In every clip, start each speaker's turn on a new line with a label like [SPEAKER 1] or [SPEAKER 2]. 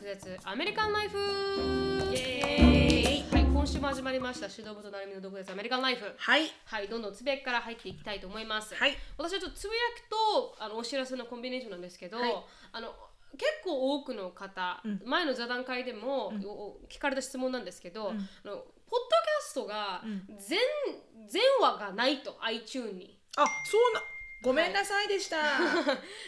[SPEAKER 1] 絶アメリカンライフ
[SPEAKER 2] イエ
[SPEAKER 1] はい今週も始まりました指導部となるみの独舌アメリカンライフ
[SPEAKER 2] はい
[SPEAKER 1] はいどんどんつぶやきから入っていきたいと思います、
[SPEAKER 2] はい
[SPEAKER 1] 私はちょっとつぶやきとあのお知らせのコンビネーションなんですけど、
[SPEAKER 2] はい
[SPEAKER 1] あの結構多くの方、
[SPEAKER 2] うん
[SPEAKER 1] 前の座談会でも、
[SPEAKER 2] うん
[SPEAKER 1] おお聞かれた質問なんですけど、あ
[SPEAKER 2] うん
[SPEAKER 1] のポッドキャストが
[SPEAKER 2] うん
[SPEAKER 1] 全全話がないと iTune に。
[SPEAKER 2] あそうなごめんなさいでした、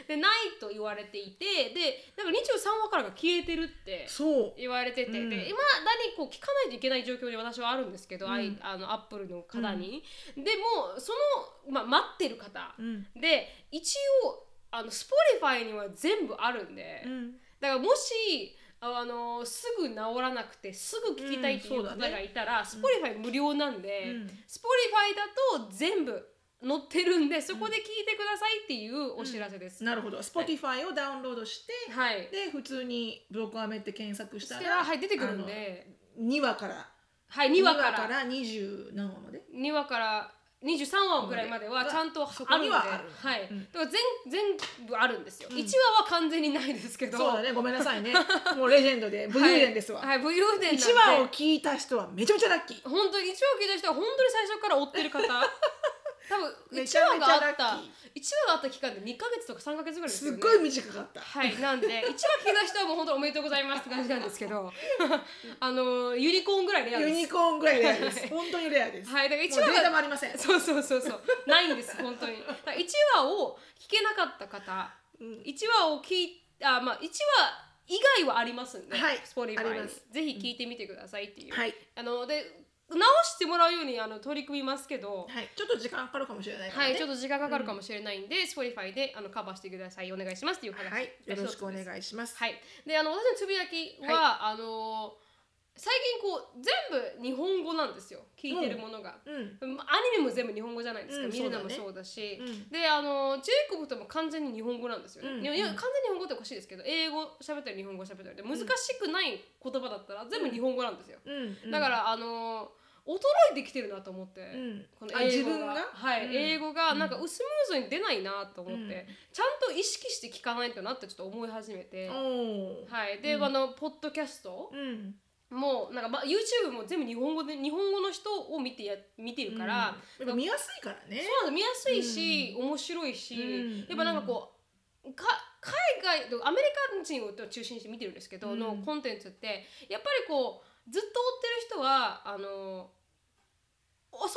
[SPEAKER 1] でないと言われていてでなんか23話からが消えてるって
[SPEAKER 2] そう
[SPEAKER 1] 言われてて、
[SPEAKER 2] うん
[SPEAKER 1] で今何こう聞かないといけない状況に私はあるんですけど、
[SPEAKER 2] うん
[SPEAKER 1] あいあのアップルの方に、でもその、まあ、待ってる方
[SPEAKER 2] うん
[SPEAKER 1] で一応あの Spotify には全部あるんで、
[SPEAKER 2] うん
[SPEAKER 1] だからもしああのすぐ治らなくてすぐ聞きたいっていう
[SPEAKER 2] うんそうだ
[SPEAKER 1] 方
[SPEAKER 2] ね
[SPEAKER 1] がいたら、Spotify 無料なんで、
[SPEAKER 2] うん
[SPEAKER 1] Spotify だと全部載ってるんでそこで聞いてくださいっていうお知らせです、
[SPEAKER 2] なるほど Spotify をダウンロードして、
[SPEAKER 1] はい
[SPEAKER 2] で普通に「ブロクアメ」って検索し
[SPEAKER 1] したた
[SPEAKER 2] ら
[SPEAKER 1] らはい出てくるんで
[SPEAKER 2] あの2話から
[SPEAKER 1] はい2話か
[SPEAKER 2] 二
[SPEAKER 1] ら
[SPEAKER 2] 20何話まで
[SPEAKER 1] 2話から23話ぐらいまでは
[SPEAKER 2] うん
[SPEAKER 1] ちゃんと
[SPEAKER 2] そ
[SPEAKER 1] あ
[SPEAKER 2] こ
[SPEAKER 1] るん
[SPEAKER 2] に
[SPEAKER 1] で
[SPEAKER 2] は
[SPEAKER 1] は
[SPEAKER 2] ある
[SPEAKER 1] い、
[SPEAKER 2] うん
[SPEAKER 1] だから全全部あるんですよ、
[SPEAKER 2] うん
[SPEAKER 1] 1話は完全にないですけど
[SPEAKER 2] そうだねごめんなさいねもうレジェンドで武勇伝ですわ、
[SPEAKER 1] はい、はい、武勇伝なんで
[SPEAKER 2] 一話を聞いた人はめちゃめちゃラッキー
[SPEAKER 1] 本当に1話聞いた人は本当に最初から追ってる 方多分
[SPEAKER 2] め
[SPEAKER 1] 1
[SPEAKER 2] ちゃ
[SPEAKER 1] 話
[SPEAKER 2] めち
[SPEAKER 1] が
[SPEAKER 2] ゃ
[SPEAKER 1] あ
[SPEAKER 2] ラ
[SPEAKER 1] っ
[SPEAKER 2] ッ
[SPEAKER 1] た1
[SPEAKER 2] キ
[SPEAKER 1] 話
[SPEAKER 2] ー
[SPEAKER 1] があった期間で2ヶ月とか3ヶ月ぐらいです
[SPEAKER 2] す
[SPEAKER 1] よ
[SPEAKER 2] っ
[SPEAKER 1] ね
[SPEAKER 2] ごい短かった
[SPEAKER 1] はい、なんで一番聞いた人はもう本当におめでとうございますって感じなんですけ どあのユニコーンぐらいレア
[SPEAKER 2] ユ
[SPEAKER 1] で
[SPEAKER 2] ニ
[SPEAKER 1] す
[SPEAKER 2] コーンぐらいレアで
[SPEAKER 1] はい
[SPEAKER 2] す本当にレアです、
[SPEAKER 1] はいだから一
[SPEAKER 2] もうデータ
[SPEAKER 1] 話
[SPEAKER 2] も
[SPEAKER 1] が
[SPEAKER 2] ありません、
[SPEAKER 1] そうそうそうそうないんです本当にだから1話を聞けなかった方
[SPEAKER 2] うん
[SPEAKER 1] 1話を聞いあまあ1話以外はありますんで、
[SPEAKER 2] はい
[SPEAKER 1] Spotify
[SPEAKER 2] あり
[SPEAKER 1] に
[SPEAKER 2] ます
[SPEAKER 1] ぜひ聞いてみてくださいっていう、
[SPEAKER 2] はい
[SPEAKER 1] あので直してもらうようにあの取り組みますけど、
[SPEAKER 2] はい、ちょっと時間かかるかもしれないから
[SPEAKER 1] は
[SPEAKER 2] ね。
[SPEAKER 1] い、ちょっと時間かかるかもしれないんで、Spotify であのカバーしてくださいお願いしますっていう話、
[SPEAKER 2] はい、よろしくお
[SPEAKER 1] 一つです
[SPEAKER 2] 願いします。
[SPEAKER 1] はい、であの私のつぶやきは、あの最近こう全部日本語なんですよ聞いてるものが、
[SPEAKER 2] うん、
[SPEAKER 1] まアニメも全部日本語じゃないですか、
[SPEAKER 2] うん
[SPEAKER 1] 見るの
[SPEAKER 2] そう
[SPEAKER 1] も
[SPEAKER 2] だね
[SPEAKER 1] そうだし
[SPEAKER 2] うん
[SPEAKER 1] であのジェイコブとも完全に日本語なんですよね、
[SPEAKER 2] うん
[SPEAKER 1] いやいや
[SPEAKER 2] うん
[SPEAKER 1] 完全に日本語っておかしいですけど英語喋ったり日本語喋ったりで難しくない言葉だったら全部日本語なんですよ、
[SPEAKER 2] うん、うん
[SPEAKER 1] だか、らあの衰えてきてるなと思って、
[SPEAKER 2] うん、
[SPEAKER 1] この
[SPEAKER 2] あ
[SPEAKER 1] 英
[SPEAKER 2] 自
[SPEAKER 1] 語が
[SPEAKER 2] 分が、
[SPEAKER 1] はい
[SPEAKER 2] うん
[SPEAKER 1] 英語がなんかスムーズに出ないなと思って、
[SPEAKER 2] うん
[SPEAKER 1] ちゃんと意識して聞かないとなってちょっと思い始めて、
[SPEAKER 2] おー
[SPEAKER 1] はい、で、
[SPEAKER 2] うん
[SPEAKER 1] あのポッドキャスト
[SPEAKER 2] うん、
[SPEAKER 1] もなんか、ま、YouTube も全部日本語で日本語の人を見てや見てるから、
[SPEAKER 2] うん、やっぱ見やすいからね。
[SPEAKER 1] そうなの見やすいし、面白いし、
[SPEAKER 2] うん
[SPEAKER 1] やっぱなんかこうか海外アメリカ人を中心にして見てるんですけど、
[SPEAKER 2] うん
[SPEAKER 1] のコンテンツってやっぱりこうずっと追ってる人はあのおそん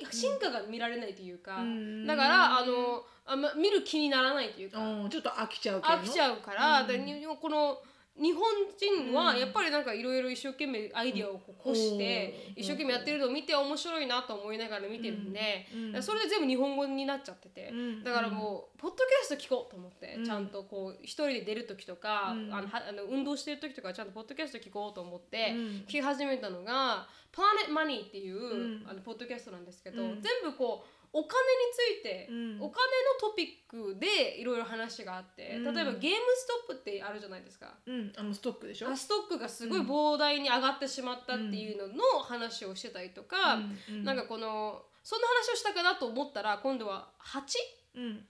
[SPEAKER 1] なに進化が見られないというか、
[SPEAKER 2] うん
[SPEAKER 1] だからあのあんま見る気にならないというか、
[SPEAKER 2] うん、ちょっと飽きちゃうけど。
[SPEAKER 1] 飽きちゃうから、
[SPEAKER 2] うん
[SPEAKER 1] でにこの日本人は
[SPEAKER 2] うん
[SPEAKER 1] やっぱりなんかいろいろ一生懸命アイディアをこうこして、
[SPEAKER 2] うん
[SPEAKER 1] 一生懸命やってるのを見て面白いなと思いながら見てるんで、
[SPEAKER 2] うん
[SPEAKER 1] それで全部日本語になっちゃってて。
[SPEAKER 2] うん
[SPEAKER 1] だからもう、ポッドキャスト聞こうと思って、
[SPEAKER 2] うん
[SPEAKER 1] ちゃんとこう一人で出る時とか、
[SPEAKER 2] うん
[SPEAKER 1] あのはあの運動してる時とかちゃんとポッドキャスト聞こうと思って、
[SPEAKER 2] うん
[SPEAKER 1] 聞き始めたのが「プラネットマニー」っていう、
[SPEAKER 2] うん
[SPEAKER 1] あのポッドキャストなんですけど、
[SPEAKER 2] うん
[SPEAKER 1] 全部こうお金について、
[SPEAKER 2] うん
[SPEAKER 1] お金のトピックでいろいろ話があって、
[SPEAKER 2] うん
[SPEAKER 1] 例えばゲームストップってあるじゃないですか。
[SPEAKER 2] うん、あのストックでしょ。
[SPEAKER 1] あストックがすごい膨大に上がってしまったっていうのの話をしてたりとか、
[SPEAKER 2] うん
[SPEAKER 1] なんか、このそんな話をしたかなと思ったら今度は蜂
[SPEAKER 2] うん、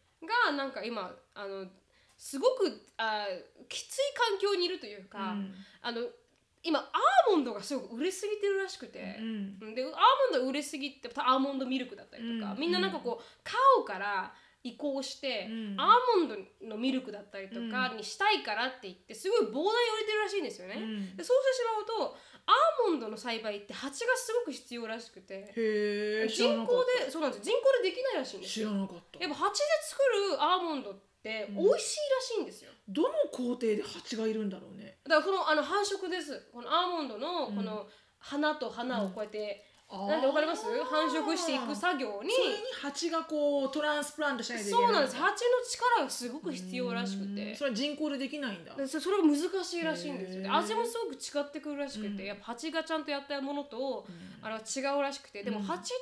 [SPEAKER 1] がなんか今あのすごくあーきつい環境にいるというか、
[SPEAKER 2] うん
[SPEAKER 1] あの今アーモンドがすごく売れすぎてるらしくて
[SPEAKER 2] う、ん、
[SPEAKER 1] でアーモンド売れすぎってアーモンドミルクだったりとか、
[SPEAKER 2] うん
[SPEAKER 1] みんななんかこうカオから移行して、
[SPEAKER 2] うん
[SPEAKER 1] アーモンドのミルクだったりとかにしたいからって言ってすごい膨大に売れてるらしいんですよね。
[SPEAKER 2] うん
[SPEAKER 1] でそうしてしまうとアーモンドの栽培って蜂がすごく必要らしくて
[SPEAKER 2] へえ、
[SPEAKER 1] 人工でそうなんです人工でできないらしいんです
[SPEAKER 2] 知ら
[SPEAKER 1] よ。
[SPEAKER 2] なかった。
[SPEAKER 1] やっぱ蜂で作るアーモンドって美味しいらしいんですよ。
[SPEAKER 2] どの工程で蜂がいるんだろうね。
[SPEAKER 1] だからこのあの繁殖です。このアーモンドの
[SPEAKER 2] うん
[SPEAKER 1] この花と花をこうやって、
[SPEAKER 2] あー
[SPEAKER 1] なんでわかります？繁殖していく作業に
[SPEAKER 2] それに蜂がこうトランスプラントしないといけない
[SPEAKER 1] そうなんです蜂の力がすごく必要らしく
[SPEAKER 2] うん
[SPEAKER 1] て
[SPEAKER 2] それは人工でできないんだ
[SPEAKER 1] でそそれが難しいらしいんですよで
[SPEAKER 2] へー
[SPEAKER 1] 味もすごく違ってくるらしくて、
[SPEAKER 2] うん
[SPEAKER 1] やっぱ蜂がちゃんとやったものと
[SPEAKER 2] うん
[SPEAKER 1] あれは違うらしくてでも
[SPEAKER 2] うん
[SPEAKER 1] 蜂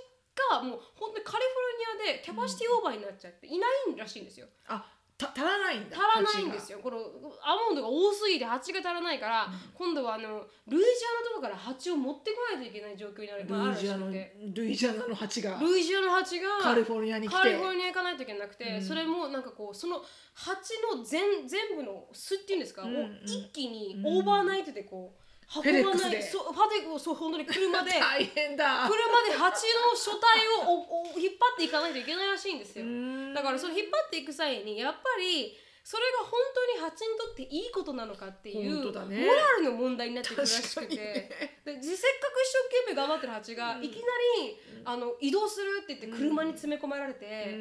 [SPEAKER 1] がもう本当にカリフォルニアでキャパシティオーバーになっちゃっていないらしいんですよ
[SPEAKER 2] あた足らないんだ
[SPEAKER 1] 足らないんです
[SPEAKER 2] よ
[SPEAKER 1] よこのアモンドが多すぎて蜂が足らないから、
[SPEAKER 2] うん
[SPEAKER 1] 今度はあのルイジアナとかから蜂を持ってこないといけない状況になる,、まあ、あ
[SPEAKER 2] ル
[SPEAKER 1] るら
[SPEAKER 2] イ
[SPEAKER 1] し
[SPEAKER 2] ジアナ
[SPEAKER 1] く
[SPEAKER 2] の
[SPEAKER 1] て
[SPEAKER 2] ルイジアナの蜂が
[SPEAKER 1] ルイジアナの蜂が
[SPEAKER 2] カリフォルニアに来
[SPEAKER 1] カリ
[SPEAKER 2] て
[SPEAKER 1] フォルニア行かないといけなくて、
[SPEAKER 2] うん
[SPEAKER 1] それもなんかこうその蜂の全全部の巣っていうんですか、
[SPEAKER 2] うん
[SPEAKER 1] を
[SPEAKER 2] うん
[SPEAKER 1] 一気にオーバーナイトでこう、
[SPEAKER 2] ん
[SPEAKER 1] 運ばな
[SPEAKER 2] フェデッ
[SPEAKER 1] い
[SPEAKER 2] クスで
[SPEAKER 1] そうファデックそう本当に車で車で
[SPEAKER 2] 大変だ
[SPEAKER 1] 蜂の書体をおお引っ張っていかないといけないらしいんですよ、だからそれ引っ張っていく際にやっぱりそれが本当に蜂にとっていいことなのかっていう
[SPEAKER 2] 本当だね
[SPEAKER 1] モラルの問題になってくるらし
[SPEAKER 2] 確か
[SPEAKER 1] く
[SPEAKER 2] に
[SPEAKER 1] て、
[SPEAKER 2] ね
[SPEAKER 1] でじせっかく一生懸命頑張ってる蜂が、
[SPEAKER 2] うん
[SPEAKER 1] いきなりあの移動するって言って車に詰め込まれて、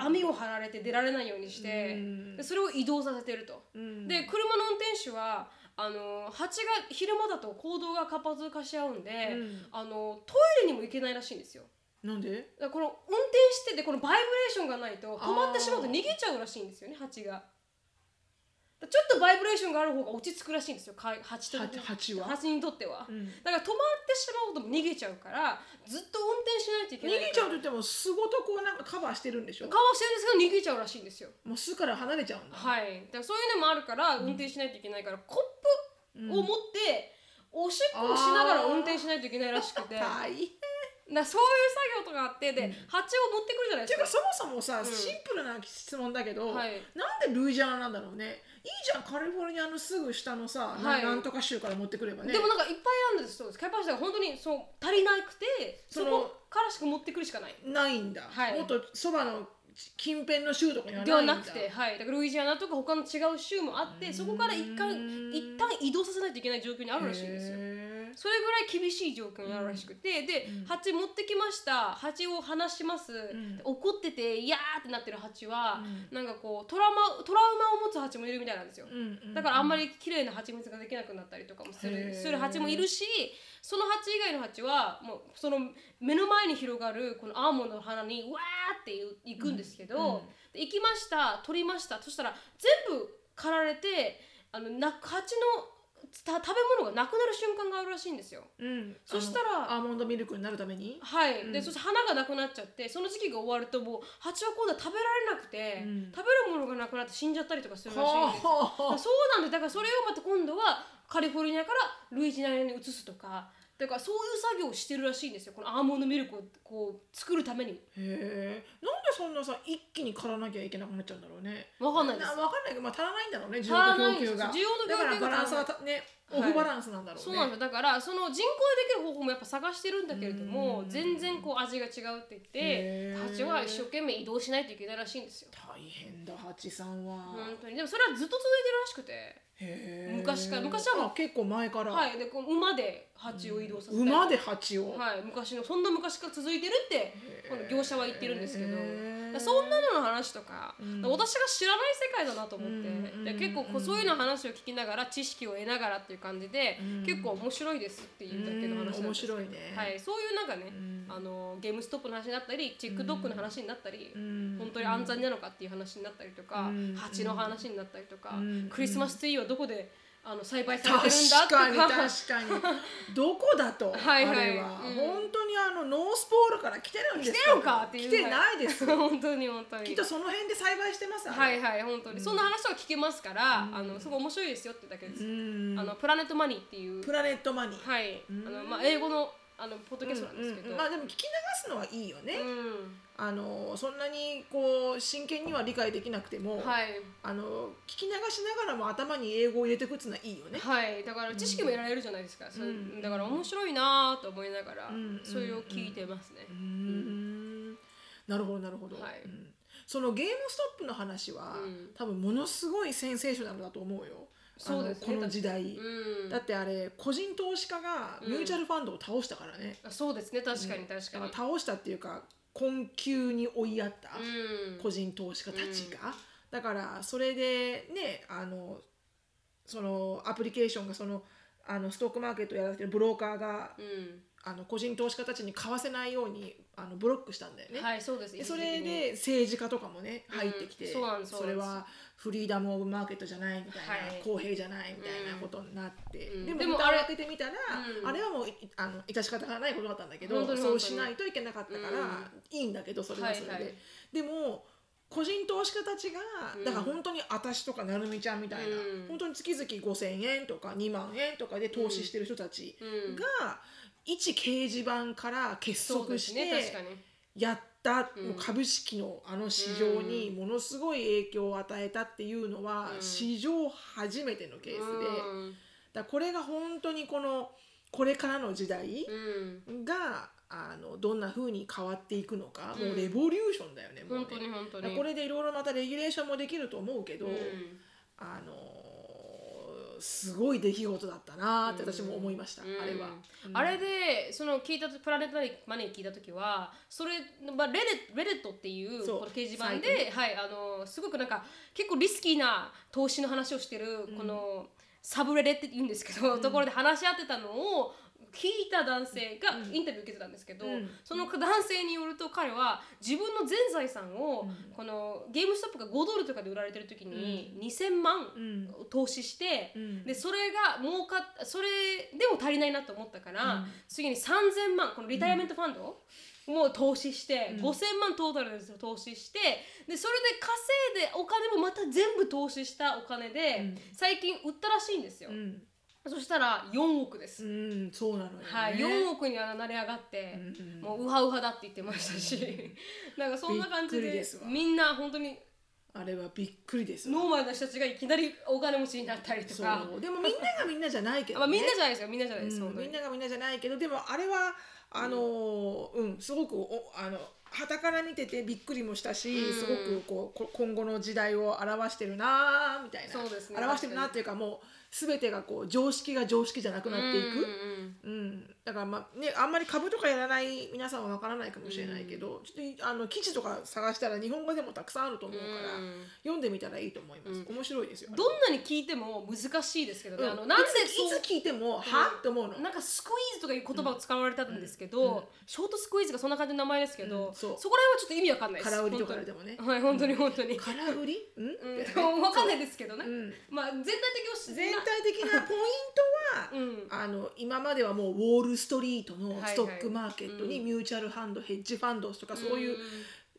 [SPEAKER 1] 網を張られて出られないようにして、でそれを移動させてると。で
[SPEAKER 2] で
[SPEAKER 1] 車の運転手はあの蜂が昼間だと行動が活発化しちゃうんで、あのトイレにも行けないらしいんですよ。
[SPEAKER 2] なんで
[SPEAKER 1] だからこの運転しててこのバイブレーションがないと止まってしまうと逃げちゃうらしいんですよね蜂がだからちょっとバイブレーションがある方が落ち着くらしいんですよか蜂と
[SPEAKER 2] 蜂蜂は
[SPEAKER 1] 蜂にとっては、
[SPEAKER 2] うん
[SPEAKER 1] だから止まってしまうと逃げちゃうからずっと運転しないといけ
[SPEAKER 2] 逃
[SPEAKER 1] ない
[SPEAKER 2] げちゃうと
[SPEAKER 1] う
[SPEAKER 2] 言っても巣ごとこうなんかカバーしてるんでしょ
[SPEAKER 1] 顔はしてるんですけど逃げちゃうらしいんですよ
[SPEAKER 2] もう巣から離れちゃうんだ
[SPEAKER 1] はいだからそういうのもあるから運転しないといけないから、コッ
[SPEAKER 2] うん
[SPEAKER 1] プを持っておしっこをしながら運転しないといけないらしくてだか
[SPEAKER 2] 大変
[SPEAKER 1] らそういう作業とかあってで、
[SPEAKER 2] うん
[SPEAKER 1] 蜂を持ってくるじゃない
[SPEAKER 2] て
[SPEAKER 1] で
[SPEAKER 2] い
[SPEAKER 1] す
[SPEAKER 2] う
[SPEAKER 1] か
[SPEAKER 2] かそもそもさ、
[SPEAKER 1] うん
[SPEAKER 2] シンプルな質問だけど、
[SPEAKER 1] はい
[SPEAKER 2] なんでルイジアナなんだろうねいいじゃんカリフォルニアのすぐ下のさ、な
[SPEAKER 1] はい
[SPEAKER 2] なんとか州から持ってくればね
[SPEAKER 1] でもなんかいっぱいあるんですそうですキャパシティが本当にそう足りなくてそ
[SPEAKER 2] その
[SPEAKER 1] こからしか持ってくるしかない
[SPEAKER 2] ないんだ、
[SPEAKER 1] はい
[SPEAKER 2] もっとそばの近辺の州とかには
[SPEAKER 1] で
[SPEAKER 2] な
[SPEAKER 1] はい
[SPEAKER 2] んだ
[SPEAKER 1] なくてはいだからルイジアナとか他の違う州もあってそこから一回
[SPEAKER 2] うーん
[SPEAKER 1] 一旦移動させないといけない状況にあるらしいんですよ
[SPEAKER 2] へ
[SPEAKER 1] それぐらい厳しい状況にあるらしくて、で
[SPEAKER 2] うん
[SPEAKER 1] 蜂持ってきました蜂を離します、
[SPEAKER 2] ん
[SPEAKER 1] で怒ってていやーってなってる蜂は、
[SPEAKER 2] う
[SPEAKER 1] なんかこうトラウマトラウマを持つ蜂もいるみたいなんですよ
[SPEAKER 2] ー、うんうん
[SPEAKER 1] だからあんまり綺麗な蜂蜜ができなくなったりとかもす
[SPEAKER 2] へ
[SPEAKER 1] る
[SPEAKER 2] ー
[SPEAKER 1] する蜂もいるしその蜂以外の蜂はもうその目の前に広がるこのアーモンドの花にわーって行くんですけど、
[SPEAKER 2] うんうん
[SPEAKER 1] で行きました取りましたそしたら全部刈られてあのな蜂のた食べ物がなくなる瞬間があるらしいんですよ。
[SPEAKER 2] うん
[SPEAKER 1] そした
[SPEAKER 2] あの
[SPEAKER 1] ら
[SPEAKER 2] アーモンドミルクになるために、
[SPEAKER 1] はい、
[SPEAKER 2] うん
[SPEAKER 1] でそして花がなくなっちゃってその時期が終わるともう蜂は今度は食べられなくて、
[SPEAKER 2] うん
[SPEAKER 1] 食べるものがなくなって死んじゃったりとかするらしいんですよ
[SPEAKER 2] は
[SPEAKER 1] あそうなんだだからそれをまた今度はカリフォルニアからルイジアナに移すとかだからそういう作業をしてるらしいんですよこのアーモンドミルクをこう作るために
[SPEAKER 2] へえなんでそんなさ一気に刈らなきゃいけなくなっちゃうんだろうね
[SPEAKER 1] わかんないです
[SPEAKER 2] わかんないけど、まあ、足らないんだろうね需
[SPEAKER 1] 足
[SPEAKER 2] 要
[SPEAKER 1] ら
[SPEAKER 2] と
[SPEAKER 1] ない
[SPEAKER 2] 供給が
[SPEAKER 1] んです需要と供給
[SPEAKER 2] だ
[SPEAKER 1] が
[SPEAKER 2] からバランスはたねオ
[SPEAKER 1] はい
[SPEAKER 2] フバランスなんだろうね、
[SPEAKER 1] そうなんですよだからその人工でできる方法もやっぱ探してるんだけれども
[SPEAKER 2] うん
[SPEAKER 1] 全然こう味が違うって言
[SPEAKER 2] へ
[SPEAKER 1] って
[SPEAKER 2] ー
[SPEAKER 1] 蜂は一生懸命移動しないといけないらしいんですよ
[SPEAKER 2] 大変だ八さんは、
[SPEAKER 1] 本当にでもそれはずっと続いてるらしくて
[SPEAKER 2] へえ
[SPEAKER 1] 昔から昔はもう
[SPEAKER 2] あ結構前から、
[SPEAKER 1] はいでこう馬で蜂を移動させたり
[SPEAKER 2] 馬で蜂を、
[SPEAKER 1] はい昔のそんな昔から続いてるってこの業者は言ってるんですけど
[SPEAKER 2] へ
[SPEAKER 1] だ
[SPEAKER 2] ー
[SPEAKER 1] からそんなのの話とか,、
[SPEAKER 2] うん
[SPEAKER 1] 私が知らない世界だなと思っ
[SPEAKER 2] うんうん
[SPEAKER 1] て、で結構こうそういうの話を聞きながら知識を得ながらっていう感じで、
[SPEAKER 2] うん
[SPEAKER 1] 結構面白いですっていうだけの話なんですけど
[SPEAKER 2] うん面白いね
[SPEAKER 1] はい、そういうなんかね、
[SPEAKER 2] うん
[SPEAKER 1] あのゲームストップの話になったり TikTok の話になったり、
[SPEAKER 2] うん
[SPEAKER 1] 本当に安産なのかっていう話になったりとか、
[SPEAKER 2] うん
[SPEAKER 1] 蜂の話になったりとか、
[SPEAKER 2] うん
[SPEAKER 1] クリスマスツリーはどこであの栽培されて
[SPEAKER 2] 確
[SPEAKER 1] るんだと
[SPEAKER 2] かに
[SPEAKER 1] か
[SPEAKER 2] 確か にどこだと
[SPEAKER 1] はいはい
[SPEAKER 2] あれは、
[SPEAKER 1] うん
[SPEAKER 2] 本当にあのノースポールから来てるんですか
[SPEAKER 1] 来てるかっていうぐらい
[SPEAKER 2] 来てないです よ
[SPEAKER 1] 本当に本当に
[SPEAKER 2] きっとその辺で栽培してますあれ
[SPEAKER 1] はいはい本当に、そんな話とか聞けますから、
[SPEAKER 2] うん
[SPEAKER 1] あのすごい面白いですよってだけです、
[SPEAKER 2] うん
[SPEAKER 1] あのプラネットマニーっていう
[SPEAKER 2] プラネットマニー
[SPEAKER 1] はい、
[SPEAKER 2] うん
[SPEAKER 1] あのまあ英語のあのポッドキャストなんですけど、
[SPEAKER 2] うんうんまあでも聞き流すのはいいよね、
[SPEAKER 1] う
[SPEAKER 2] あのそんなにこう真剣には理解できなくても、
[SPEAKER 1] んはい
[SPEAKER 2] あの聞き流しながらも頭に英語を入れてくっていうのはいいよね。
[SPEAKER 1] はいだから知識も得られるじゃないですか、そう
[SPEAKER 2] うん
[SPEAKER 1] だから面白いなと思いながら、
[SPEAKER 2] うん
[SPEAKER 1] それを聞いてますね、
[SPEAKER 2] うーんなるほどなるほど、
[SPEAKER 1] はい
[SPEAKER 2] うんそのゲームストップの話は、
[SPEAKER 1] うん
[SPEAKER 2] 多分ものすごいセンセーショナルだと思うよ
[SPEAKER 1] そうですね
[SPEAKER 2] あのこの時代、
[SPEAKER 1] うん
[SPEAKER 2] だってあれ個人投資家がミューチャルファンドを倒したからね、
[SPEAKER 1] あそうですね確かに確か
[SPEAKER 2] だ
[SPEAKER 1] に、
[SPEAKER 2] から倒したっていうか困窮に追いやった、
[SPEAKER 1] うん
[SPEAKER 2] 個人投資家たちが、だからそれでねあのそのアプリケーションがそのあのストックマーケットをやらせてるブローカーが、
[SPEAKER 1] う
[SPEAKER 2] あの個人投資家たちに買わせないようにあのブロックしたんだよね。
[SPEAKER 1] ん、はいそうです
[SPEAKER 2] でそれで政治家とかもね入ってきて、
[SPEAKER 1] うんそうなんですそうなん
[SPEAKER 2] れ
[SPEAKER 1] です
[SPEAKER 2] はフリーダム・オブ・マーケットじゃないみたいな、
[SPEAKER 1] はい
[SPEAKER 2] 公平じゃないみたいなことになって、
[SPEAKER 1] うん
[SPEAKER 2] で
[SPEAKER 1] でも
[SPEAKER 2] も蓋
[SPEAKER 1] あ
[SPEAKER 2] を
[SPEAKER 1] れ
[SPEAKER 2] 開けてみたら、
[SPEAKER 1] うん
[SPEAKER 2] あれはもういあの致し方がないことだったんだけど
[SPEAKER 1] 本当に
[SPEAKER 2] そ
[SPEAKER 1] 本当
[SPEAKER 2] う
[SPEAKER 1] に
[SPEAKER 2] しないといけなかったから、いいんだけどそれはそれで、
[SPEAKER 1] はいはい
[SPEAKER 2] でも個人投資家たちが
[SPEAKER 1] うん
[SPEAKER 2] だから本当に私とかなるみちゃんみたいな、
[SPEAKER 1] うん
[SPEAKER 2] 本当に月々5,000円とか2万円とかで投資してる人たち
[SPEAKER 1] うん
[SPEAKER 2] が一掲示板から結
[SPEAKER 1] そうで
[SPEAKER 2] 束
[SPEAKER 1] す
[SPEAKER 2] し
[SPEAKER 1] ね確か
[SPEAKER 2] て
[SPEAKER 1] に
[SPEAKER 2] やった
[SPEAKER 1] うん
[SPEAKER 2] もう株式のあの市場にものすごい影響を与えたっていうのは
[SPEAKER 1] うん
[SPEAKER 2] 史上初めてのケースでだか
[SPEAKER 1] うん
[SPEAKER 2] らこれが本当にこのこれからの時代
[SPEAKER 1] うん
[SPEAKER 2] があのどんな風に変わっていくのかもううんレボリューションだよねもう
[SPEAKER 1] 本
[SPEAKER 2] ね
[SPEAKER 1] 当に本当
[SPEAKER 2] だか
[SPEAKER 1] に
[SPEAKER 2] らこれでいろいろまたレギュレーションもできると思うけど、
[SPEAKER 1] うん
[SPEAKER 2] あのーすごい出来事だったなーって私も思いました、
[SPEAKER 1] うん
[SPEAKER 2] あれは、
[SPEAKER 1] あれでその聞いたとプラネタリーマネー聞いた時はそれ、まあ、レレレレットっていう
[SPEAKER 2] そう
[SPEAKER 1] この掲示板
[SPEAKER 2] サイト
[SPEAKER 1] で、はい、あのすごくなんか結構リスキーな投資の話をしてる
[SPEAKER 2] うん
[SPEAKER 1] この、サブレレって言うんですけど、
[SPEAKER 2] うん
[SPEAKER 1] ところで話し合ってたのを聞いた男性が
[SPEAKER 2] うん
[SPEAKER 1] インタビュー受けてたんですけど、
[SPEAKER 2] うん
[SPEAKER 1] その男性によると彼は自分の全財産を、
[SPEAKER 2] うん
[SPEAKER 1] このゲームストップが5ドルとかで売られてる時に2,000万
[SPEAKER 2] うん
[SPEAKER 1] 投資して。
[SPEAKER 2] うん
[SPEAKER 1] でそれが儲かっそれでも足りないなと思ったから、
[SPEAKER 2] うん
[SPEAKER 1] 次に3000万このリタイアメントファンドもう投資して、
[SPEAKER 2] う
[SPEAKER 1] 5000
[SPEAKER 2] ん
[SPEAKER 1] 万トータルで投資してでそれで稼いでお金もまた全部投資したお金で、
[SPEAKER 2] うん
[SPEAKER 1] 最近売ったらしいんですよ、
[SPEAKER 2] うん、
[SPEAKER 1] そしたら4億です、
[SPEAKER 2] うん、そうなのよ、ね、
[SPEAKER 1] はい、4億にはなり上がって、
[SPEAKER 2] うんうん
[SPEAKER 1] もうウハウハだって言ってましたし、なんかそんな感じ
[SPEAKER 2] びっ
[SPEAKER 1] で
[SPEAKER 2] くりですわ
[SPEAKER 1] みんな本当に
[SPEAKER 2] あれはびっくりですわ
[SPEAKER 1] ノーマルな人たちがいきなりお金持ちになったりと
[SPEAKER 2] そう
[SPEAKER 1] か、
[SPEAKER 2] でもみんながみんなじゃないけ
[SPEAKER 1] あ
[SPEAKER 2] ど、
[SPEAKER 1] ま
[SPEAKER 2] ね
[SPEAKER 1] あ、みんなじゃないですよみんなじゃないです、
[SPEAKER 2] う
[SPEAKER 1] 本
[SPEAKER 2] ん、
[SPEAKER 1] 当に
[SPEAKER 2] みんながみんなじゃないけどでもあれはあのーうん、すごくおあの傍から見ててびっくりもしたし、
[SPEAKER 1] うん
[SPEAKER 2] すごくこうこ今後の時代を表してるなーみたいな
[SPEAKER 1] そうですね
[SPEAKER 2] 表してるなっていうかもう全てがこう常識が常識じゃなくなっていく。
[SPEAKER 1] うん
[SPEAKER 2] うん、だからまあねあんまり株とかやらない皆さんはわからないかもしれないけど、ちょっとあの記事とか探したら日本語でもたくさんあると思うか
[SPEAKER 1] う
[SPEAKER 2] ら、
[SPEAKER 1] ん
[SPEAKER 2] 読んでみたらいいと思います、面白いですよ
[SPEAKER 1] うんどんなに聞いても難しいですけどね、
[SPEAKER 2] うん
[SPEAKER 1] あのなんで
[SPEAKER 2] いつ
[SPEAKER 1] そう
[SPEAKER 2] いつ聞いても、はって思うの
[SPEAKER 1] なんかスクイーズとかいう言葉を使われたんですけど、
[SPEAKER 2] うんうん
[SPEAKER 1] ショートスクイーズがそんな感じの名前ですけど、
[SPEAKER 2] うん
[SPEAKER 1] そ
[SPEAKER 2] そう
[SPEAKER 1] こら辺はちょっと意味わかんないです
[SPEAKER 2] 空売りとかでもね
[SPEAKER 1] 本当にはい本当に本当 に、
[SPEAKER 2] 空売り、うん
[SPEAKER 1] うん
[SPEAKER 2] って
[SPEAKER 1] わかん ないですけどね、
[SPEAKER 2] うん
[SPEAKER 1] まあ全体的に
[SPEAKER 2] 全体的なポイントは、
[SPEAKER 1] うん
[SPEAKER 2] あの今まではもうウォール・ストリートのストックマーケッ
[SPEAKER 1] は
[SPEAKER 2] ト
[SPEAKER 1] い
[SPEAKER 2] に
[SPEAKER 1] は
[SPEAKER 2] ミューチャルファンド、ヘッジファンドとかそういう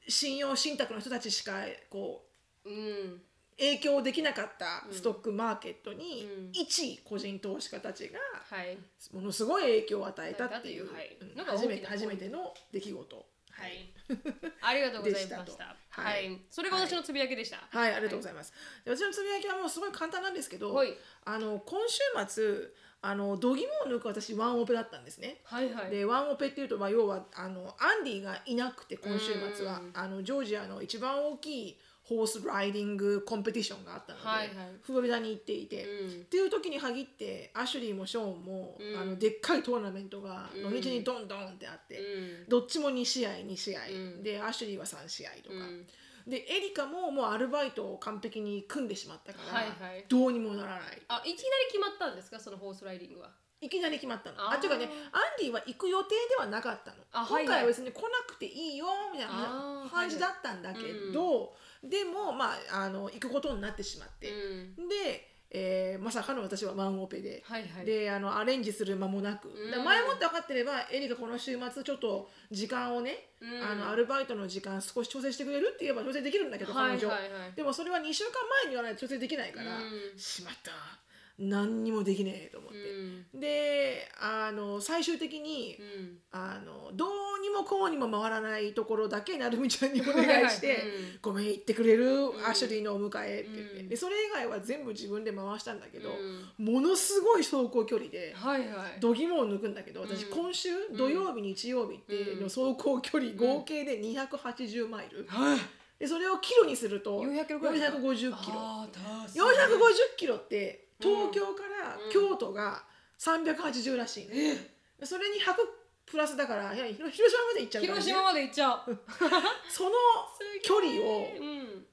[SPEAKER 2] 信用信託の人たちしかこう
[SPEAKER 1] うん
[SPEAKER 2] 影響できなかったストックマーケットに
[SPEAKER 1] うん
[SPEAKER 2] 一個人投資家たちが
[SPEAKER 1] はい
[SPEAKER 2] ものすごい影響を与えたっていう、
[SPEAKER 1] はい
[SPEAKER 2] うん
[SPEAKER 1] なんか大き
[SPEAKER 2] 初
[SPEAKER 1] な
[SPEAKER 2] めて初めての出来事。
[SPEAKER 1] はいありがとうございま
[SPEAKER 2] で
[SPEAKER 1] し
[SPEAKER 2] したた
[SPEAKER 1] は
[SPEAKER 2] と
[SPEAKER 1] い、
[SPEAKER 2] はい
[SPEAKER 1] それが私のつぶやきでした
[SPEAKER 2] はい、ありがとうございます。で私のつぶやきはもうすごい簡単なんですけど、
[SPEAKER 1] はい
[SPEAKER 2] あの今週末あの度肝を抜く私ワンオペだったんですね。
[SPEAKER 1] はいはい
[SPEAKER 2] でワンオペっていうと、まあ、要はあのアンディがいなくて今週末は
[SPEAKER 1] うん
[SPEAKER 2] あのジョージアの一番大きいホースライディングコンペティションがあったので、
[SPEAKER 1] はいはい
[SPEAKER 2] フロリダに行っていて、
[SPEAKER 1] うん
[SPEAKER 2] っていう時に限ってアシュリーもショーンも、
[SPEAKER 1] うん
[SPEAKER 2] あのでっかいトーナメントが土日にドンドンってあって、どっちも2試合2試合、
[SPEAKER 1] うん
[SPEAKER 2] でアシュリーは3試合
[SPEAKER 1] う
[SPEAKER 2] とか、
[SPEAKER 1] んうん
[SPEAKER 2] でエリカももうアルバイトを完璧に組んでしまったから、
[SPEAKER 1] はいはい
[SPEAKER 2] どうにもならない
[SPEAKER 1] あいきなり決まったんですかそのホースライディングはい
[SPEAKER 2] きなり決まったの。
[SPEAKER 1] あ
[SPEAKER 2] あ
[SPEAKER 1] ー
[SPEAKER 2] というかねアンディは行く予定ではなかったの。
[SPEAKER 1] あはいはい
[SPEAKER 2] 今回は別に来なくていいよみたい
[SPEAKER 1] あ
[SPEAKER 2] な
[SPEAKER 1] ー
[SPEAKER 2] 感じだったんだけど、でも、まあ、あの行くことになってしまって、
[SPEAKER 1] うん
[SPEAKER 2] で、えーまさかの私はワンオペで。
[SPEAKER 1] はいはい
[SPEAKER 2] であのアレンジする間もなく、
[SPEAKER 1] ん
[SPEAKER 2] だから前もって分かってればエリがこの週末ちょっと時間をね、
[SPEAKER 1] うん
[SPEAKER 2] あのアルバイトの時間少し調整してくれるって言えば調整できるんだけど、
[SPEAKER 1] はい
[SPEAKER 2] 彼女、
[SPEAKER 1] はいはい
[SPEAKER 2] でもそれは2週間前に言わないと調整できないから、
[SPEAKER 1] うん
[SPEAKER 2] しまった何にもできねえと思って、
[SPEAKER 1] うん
[SPEAKER 2] であの最終的に、
[SPEAKER 1] うん
[SPEAKER 2] あのどうにもこうにも回らないところだけなるみちゃんにお願いして「
[SPEAKER 1] はいはいうん
[SPEAKER 2] ごめん行ってくれる、アシュリーのお迎え」って言って、
[SPEAKER 1] うん
[SPEAKER 2] でそれ以外は全部自分で回したんだけど、
[SPEAKER 1] う
[SPEAKER 2] ものすごい走行距離で。
[SPEAKER 1] はいはい
[SPEAKER 2] 度肝を抜くんだけど私
[SPEAKER 1] うん
[SPEAKER 2] 今週土曜日日曜日っての走行距離合計で280マイル、
[SPEAKER 1] はい
[SPEAKER 2] でそれをキロにすると
[SPEAKER 1] 400キロぐらい
[SPEAKER 2] 450キロ
[SPEAKER 1] あー
[SPEAKER 2] 450キロって東京から
[SPEAKER 1] うん
[SPEAKER 2] 京都が380らしいの、それに100プラスだからいや広広島まで行っちゃうから、ね、
[SPEAKER 1] 広島まで行っちゃう
[SPEAKER 2] その距離を
[SPEAKER 1] うん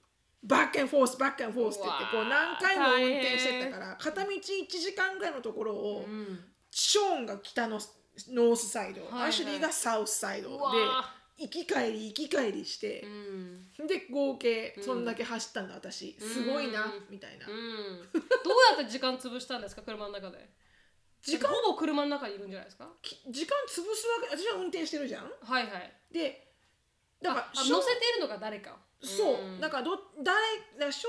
[SPEAKER 2] バックエンフォースバックエンフォースって言って
[SPEAKER 1] う
[SPEAKER 2] こ
[SPEAKER 1] わ
[SPEAKER 2] う
[SPEAKER 1] ー
[SPEAKER 2] 何回も運転してったから片道1時間ぐらいのところを、
[SPEAKER 1] うん
[SPEAKER 2] ショーンが北のノースサイド、
[SPEAKER 1] いはい
[SPEAKER 2] アシュリーがサウスサイドで
[SPEAKER 1] うわ
[SPEAKER 2] 行き帰り行き帰りして
[SPEAKER 1] う、ん
[SPEAKER 2] で合計
[SPEAKER 1] うん
[SPEAKER 2] そんだけ走ったんだ私すごいな、
[SPEAKER 1] うん
[SPEAKER 2] みたいな、
[SPEAKER 1] うんどうやって時間潰したんですか車の中で
[SPEAKER 2] 時間
[SPEAKER 1] ほぼ車の中にいるんじゃないですか
[SPEAKER 2] き時間潰すわけ私は運転してるじゃん
[SPEAKER 1] はいはい
[SPEAKER 2] でだから
[SPEAKER 1] あ乗
[SPEAKER 2] ショー
[SPEAKER 1] せているのが誰か
[SPEAKER 2] そう、
[SPEAKER 1] うん
[SPEAKER 2] だからど誰だショ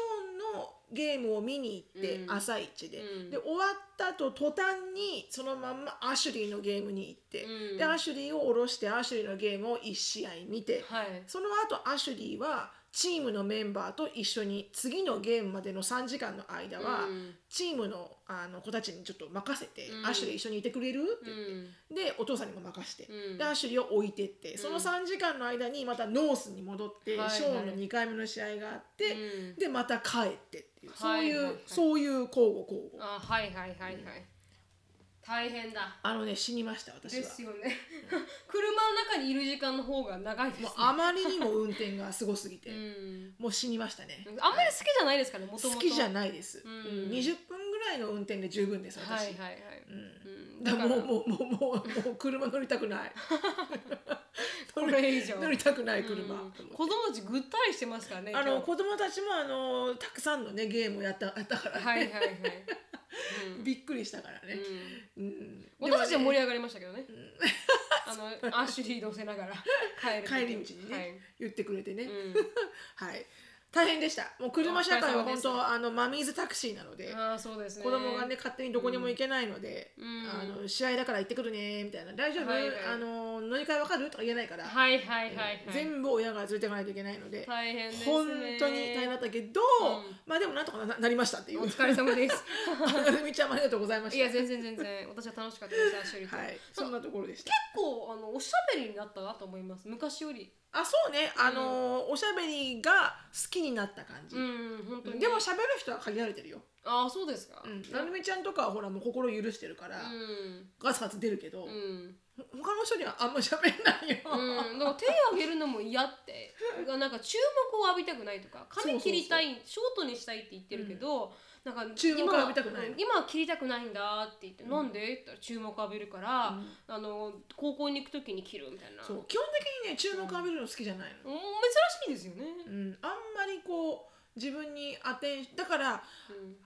[SPEAKER 2] ーンのゲームを見に行って、
[SPEAKER 1] うん
[SPEAKER 2] 朝一で、
[SPEAKER 1] うん
[SPEAKER 2] で終わったと途端にそのまんまアシュリーのゲームに行って、
[SPEAKER 1] うん
[SPEAKER 2] でアシュリーを下ろしてアシュリーのゲームを1試合見て、
[SPEAKER 1] はい
[SPEAKER 2] その後アシュリーはチームのメンバーと一緒に次のゲームまでの3時間の間は、
[SPEAKER 1] うん
[SPEAKER 2] チームのあの子たちにちょっと任せて、
[SPEAKER 1] うん
[SPEAKER 2] アシュリー一緒にいてくれるって
[SPEAKER 1] う
[SPEAKER 2] 言って、
[SPEAKER 1] ん
[SPEAKER 2] でお父さんにも任して、
[SPEAKER 1] うん
[SPEAKER 2] でアシュリーを置いてって、
[SPEAKER 1] ん
[SPEAKER 2] その3時間の間にまたノースに戻って、
[SPEAKER 1] はいはい
[SPEAKER 2] ショーンの2回目の試合があって、
[SPEAKER 1] うん
[SPEAKER 2] でまた帰ってっていうそういう、
[SPEAKER 1] はいはいはい
[SPEAKER 2] そういう交互交互
[SPEAKER 1] あはいはいはいはい、大変だ
[SPEAKER 2] あのね死にました私
[SPEAKER 1] で
[SPEAKER 2] は
[SPEAKER 1] すよね 車の中にいる時間の方が長いです、ね
[SPEAKER 2] もうあまりにも運転がすごすぎて、
[SPEAKER 1] うん、
[SPEAKER 2] もう死にましたね、
[SPEAKER 1] あんまり好きじゃないですからもともと
[SPEAKER 2] 好きじゃ
[SPEAKER 1] ない
[SPEAKER 2] ないです、
[SPEAKER 1] うん
[SPEAKER 2] うん20分ぐらいの運転で十分です
[SPEAKER 1] はい
[SPEAKER 2] 私、
[SPEAKER 1] はいはい、
[SPEAKER 2] うん
[SPEAKER 1] うん、
[SPEAKER 2] だ
[SPEAKER 1] だ
[SPEAKER 2] か
[SPEAKER 1] からら
[SPEAKER 2] もうもうもうもうもう車乗りたくない 乗
[SPEAKER 1] こ
[SPEAKER 2] り
[SPEAKER 1] れ以上
[SPEAKER 2] 乗りたくない車、
[SPEAKER 1] うん子供たちぐったりしてますからね
[SPEAKER 2] あの
[SPEAKER 1] 今
[SPEAKER 2] 子供たちもあのたくさんのねゲームをやったやったから、
[SPEAKER 1] 日はいはいはい、うん
[SPEAKER 2] びっくりしたから
[SPEAKER 1] う
[SPEAKER 2] ね、
[SPEAKER 1] ん
[SPEAKER 2] うん
[SPEAKER 1] 私たちは
[SPEAKER 2] でも
[SPEAKER 1] 盛
[SPEAKER 2] ね
[SPEAKER 1] り上がりましたけどね。あのアシュリー乗せながら帰る
[SPEAKER 2] 帰り道にね、
[SPEAKER 1] はい
[SPEAKER 2] 言ってくれてね、
[SPEAKER 1] うん
[SPEAKER 2] はい大変でしたもう車社会は
[SPEAKER 1] お疲れ様
[SPEAKER 2] 本
[SPEAKER 1] です
[SPEAKER 2] 当あのマミーズタクシーなので、
[SPEAKER 1] ああそうですね。
[SPEAKER 2] 子供がね勝手にどこにも行けないので、
[SPEAKER 1] うん
[SPEAKER 2] あの試合だから行ってくるねみたいな「大丈夫、
[SPEAKER 1] はいはい
[SPEAKER 2] あの乗り換えわかる?」とか言えないから、
[SPEAKER 1] はいはいはいはい。
[SPEAKER 2] 全部親が連れていかないといけないので、
[SPEAKER 1] 大変ですね。
[SPEAKER 2] 本当に大変だったけど、
[SPEAKER 1] ん
[SPEAKER 2] まあでもなんとかななりましたっていう
[SPEAKER 1] お疲れ様です。
[SPEAKER 2] みちゃんもありがとうございまし
[SPEAKER 1] い
[SPEAKER 2] た
[SPEAKER 1] や全然全然私は楽しかったですアシュリーと。
[SPEAKER 2] はいそんなところでした
[SPEAKER 1] 結構あのおしゃべりになったなと思います昔より。
[SPEAKER 2] あそうねあのーおしゃべりが好きになった感じ、
[SPEAKER 1] うん本当に。
[SPEAKER 2] でも喋る人は限られてるよ、
[SPEAKER 1] ああそうですか。
[SPEAKER 2] うん、なるみちゃんとかはほらもう心許してるから、
[SPEAKER 1] うん
[SPEAKER 2] ガツガツ出るけど、
[SPEAKER 1] うん。
[SPEAKER 2] ほ他の人にはあんま喋んないよ、
[SPEAKER 1] うん、だから手を挙げるのも嫌ってなんか注目を浴びたくないとか髪切りたいショートにしたいって言ってるけど、なんか
[SPEAKER 2] 注目を
[SPEAKER 1] 今
[SPEAKER 2] 浴びたくない
[SPEAKER 1] うん今は切りたくないんだって言って、なんでって言ったら注目を浴びるから、
[SPEAKER 2] うん
[SPEAKER 1] あの高校に行く時に切るみたいな
[SPEAKER 2] そう基本的にね注目浴びるの好きじゃないの、
[SPEAKER 1] うん珍しいですよね、
[SPEAKER 2] うんあんまりこう自分に当てんだから
[SPEAKER 1] うん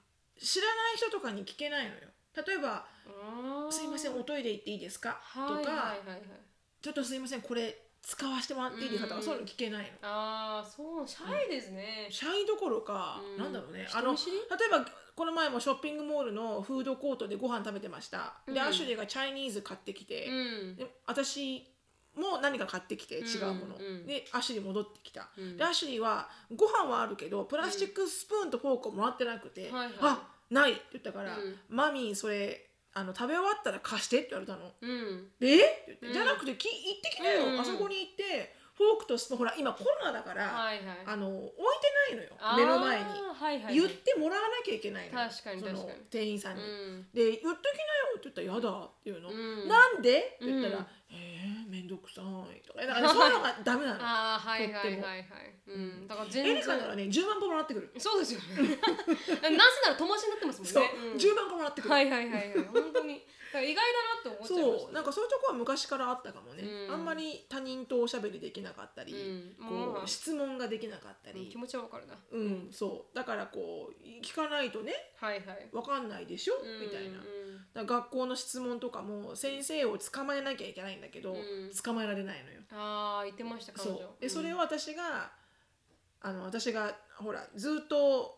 [SPEAKER 2] 知らない人とかに聞けないのよ例えば
[SPEAKER 1] あ
[SPEAKER 2] 「
[SPEAKER 1] ー
[SPEAKER 2] すいませんおトイレ行っていいですか?」とか、
[SPEAKER 1] はいはいはいはい
[SPEAKER 2] ちょっとすいませんこれ使わせてもらっていいですか?」と
[SPEAKER 1] うん
[SPEAKER 2] かそういうの聞けないの。
[SPEAKER 1] ああそうシャイですね、
[SPEAKER 2] 社員どころか、
[SPEAKER 1] うん
[SPEAKER 2] なんだろうね
[SPEAKER 1] 人
[SPEAKER 2] あの
[SPEAKER 1] 見
[SPEAKER 2] 例
[SPEAKER 1] 知り
[SPEAKER 2] えばこの前もショッピングモールのフードコートでご飯食べてました、
[SPEAKER 1] うん
[SPEAKER 2] でアシュリーがチャイニーズ買ってきて、
[SPEAKER 1] うん
[SPEAKER 2] で私も何か買ってきて違うもの、
[SPEAKER 1] うんうん
[SPEAKER 2] でアシュリー戻ってきた、
[SPEAKER 1] うん
[SPEAKER 2] でアシュリーはご飯はあるけどプラスチックスプーンとフォークをもらってなくて「
[SPEAKER 1] うんはいはい
[SPEAKER 2] あない」って言ったから「
[SPEAKER 1] うん
[SPEAKER 2] マミーそれあの食べ終わったら貸して」って言われたの。
[SPEAKER 1] うん
[SPEAKER 2] でって言って、
[SPEAKER 1] うん
[SPEAKER 2] じゃなくてき行ってきなよ、
[SPEAKER 1] うんうん
[SPEAKER 2] あそこに行ってフォークとスプーンほら今コロナだから、
[SPEAKER 1] はいはい
[SPEAKER 2] あの置いてないのよ目の前に、
[SPEAKER 1] あーはいはいはい
[SPEAKER 2] 言ってもらわなきゃいけないのよ
[SPEAKER 1] 確かに
[SPEAKER 2] その
[SPEAKER 1] 確かに
[SPEAKER 2] 店員さん
[SPEAKER 1] う
[SPEAKER 2] に、
[SPEAKER 1] ん
[SPEAKER 2] で「言っときなよ」って言ったら「やだ」っていうの、
[SPEAKER 1] うん
[SPEAKER 2] なんで?」って言ったら「
[SPEAKER 1] うん
[SPEAKER 2] えー、めんどくさい」とか だからそういうのがダメなの
[SPEAKER 1] ああはいはいはいはい、うん、だから全
[SPEAKER 2] エ
[SPEAKER 1] 然
[SPEAKER 2] リカならね10万個もらってくる、
[SPEAKER 1] そうですよね なぜなら友達になってますもんね
[SPEAKER 2] そう、
[SPEAKER 1] ん
[SPEAKER 2] 10万個もらってくる、
[SPEAKER 1] はいはいはいはい本当にだから意外だなって思っちゃいました
[SPEAKER 2] そうなんかそういうとこは昔からあったかもね、
[SPEAKER 1] うん
[SPEAKER 2] あんまり他人とおしゃべりできなかったり、
[SPEAKER 1] うん
[SPEAKER 2] こ
[SPEAKER 1] う
[SPEAKER 2] うん質問ができなかった
[SPEAKER 1] うん
[SPEAKER 2] り
[SPEAKER 1] 気、持ちはわかるな
[SPEAKER 2] うんそうだからこう聞かないとね
[SPEAKER 1] はいはい
[SPEAKER 2] わかんないでしょ、みたいな。だから学校の質問とかも先生を捕まえなきゃいけないんだけど、
[SPEAKER 1] うん
[SPEAKER 2] 捕まえられないのよ。
[SPEAKER 1] ああー言ってました彼
[SPEAKER 2] そ
[SPEAKER 1] 女
[SPEAKER 2] うでそれ
[SPEAKER 1] を
[SPEAKER 2] を私があの私がほらずっと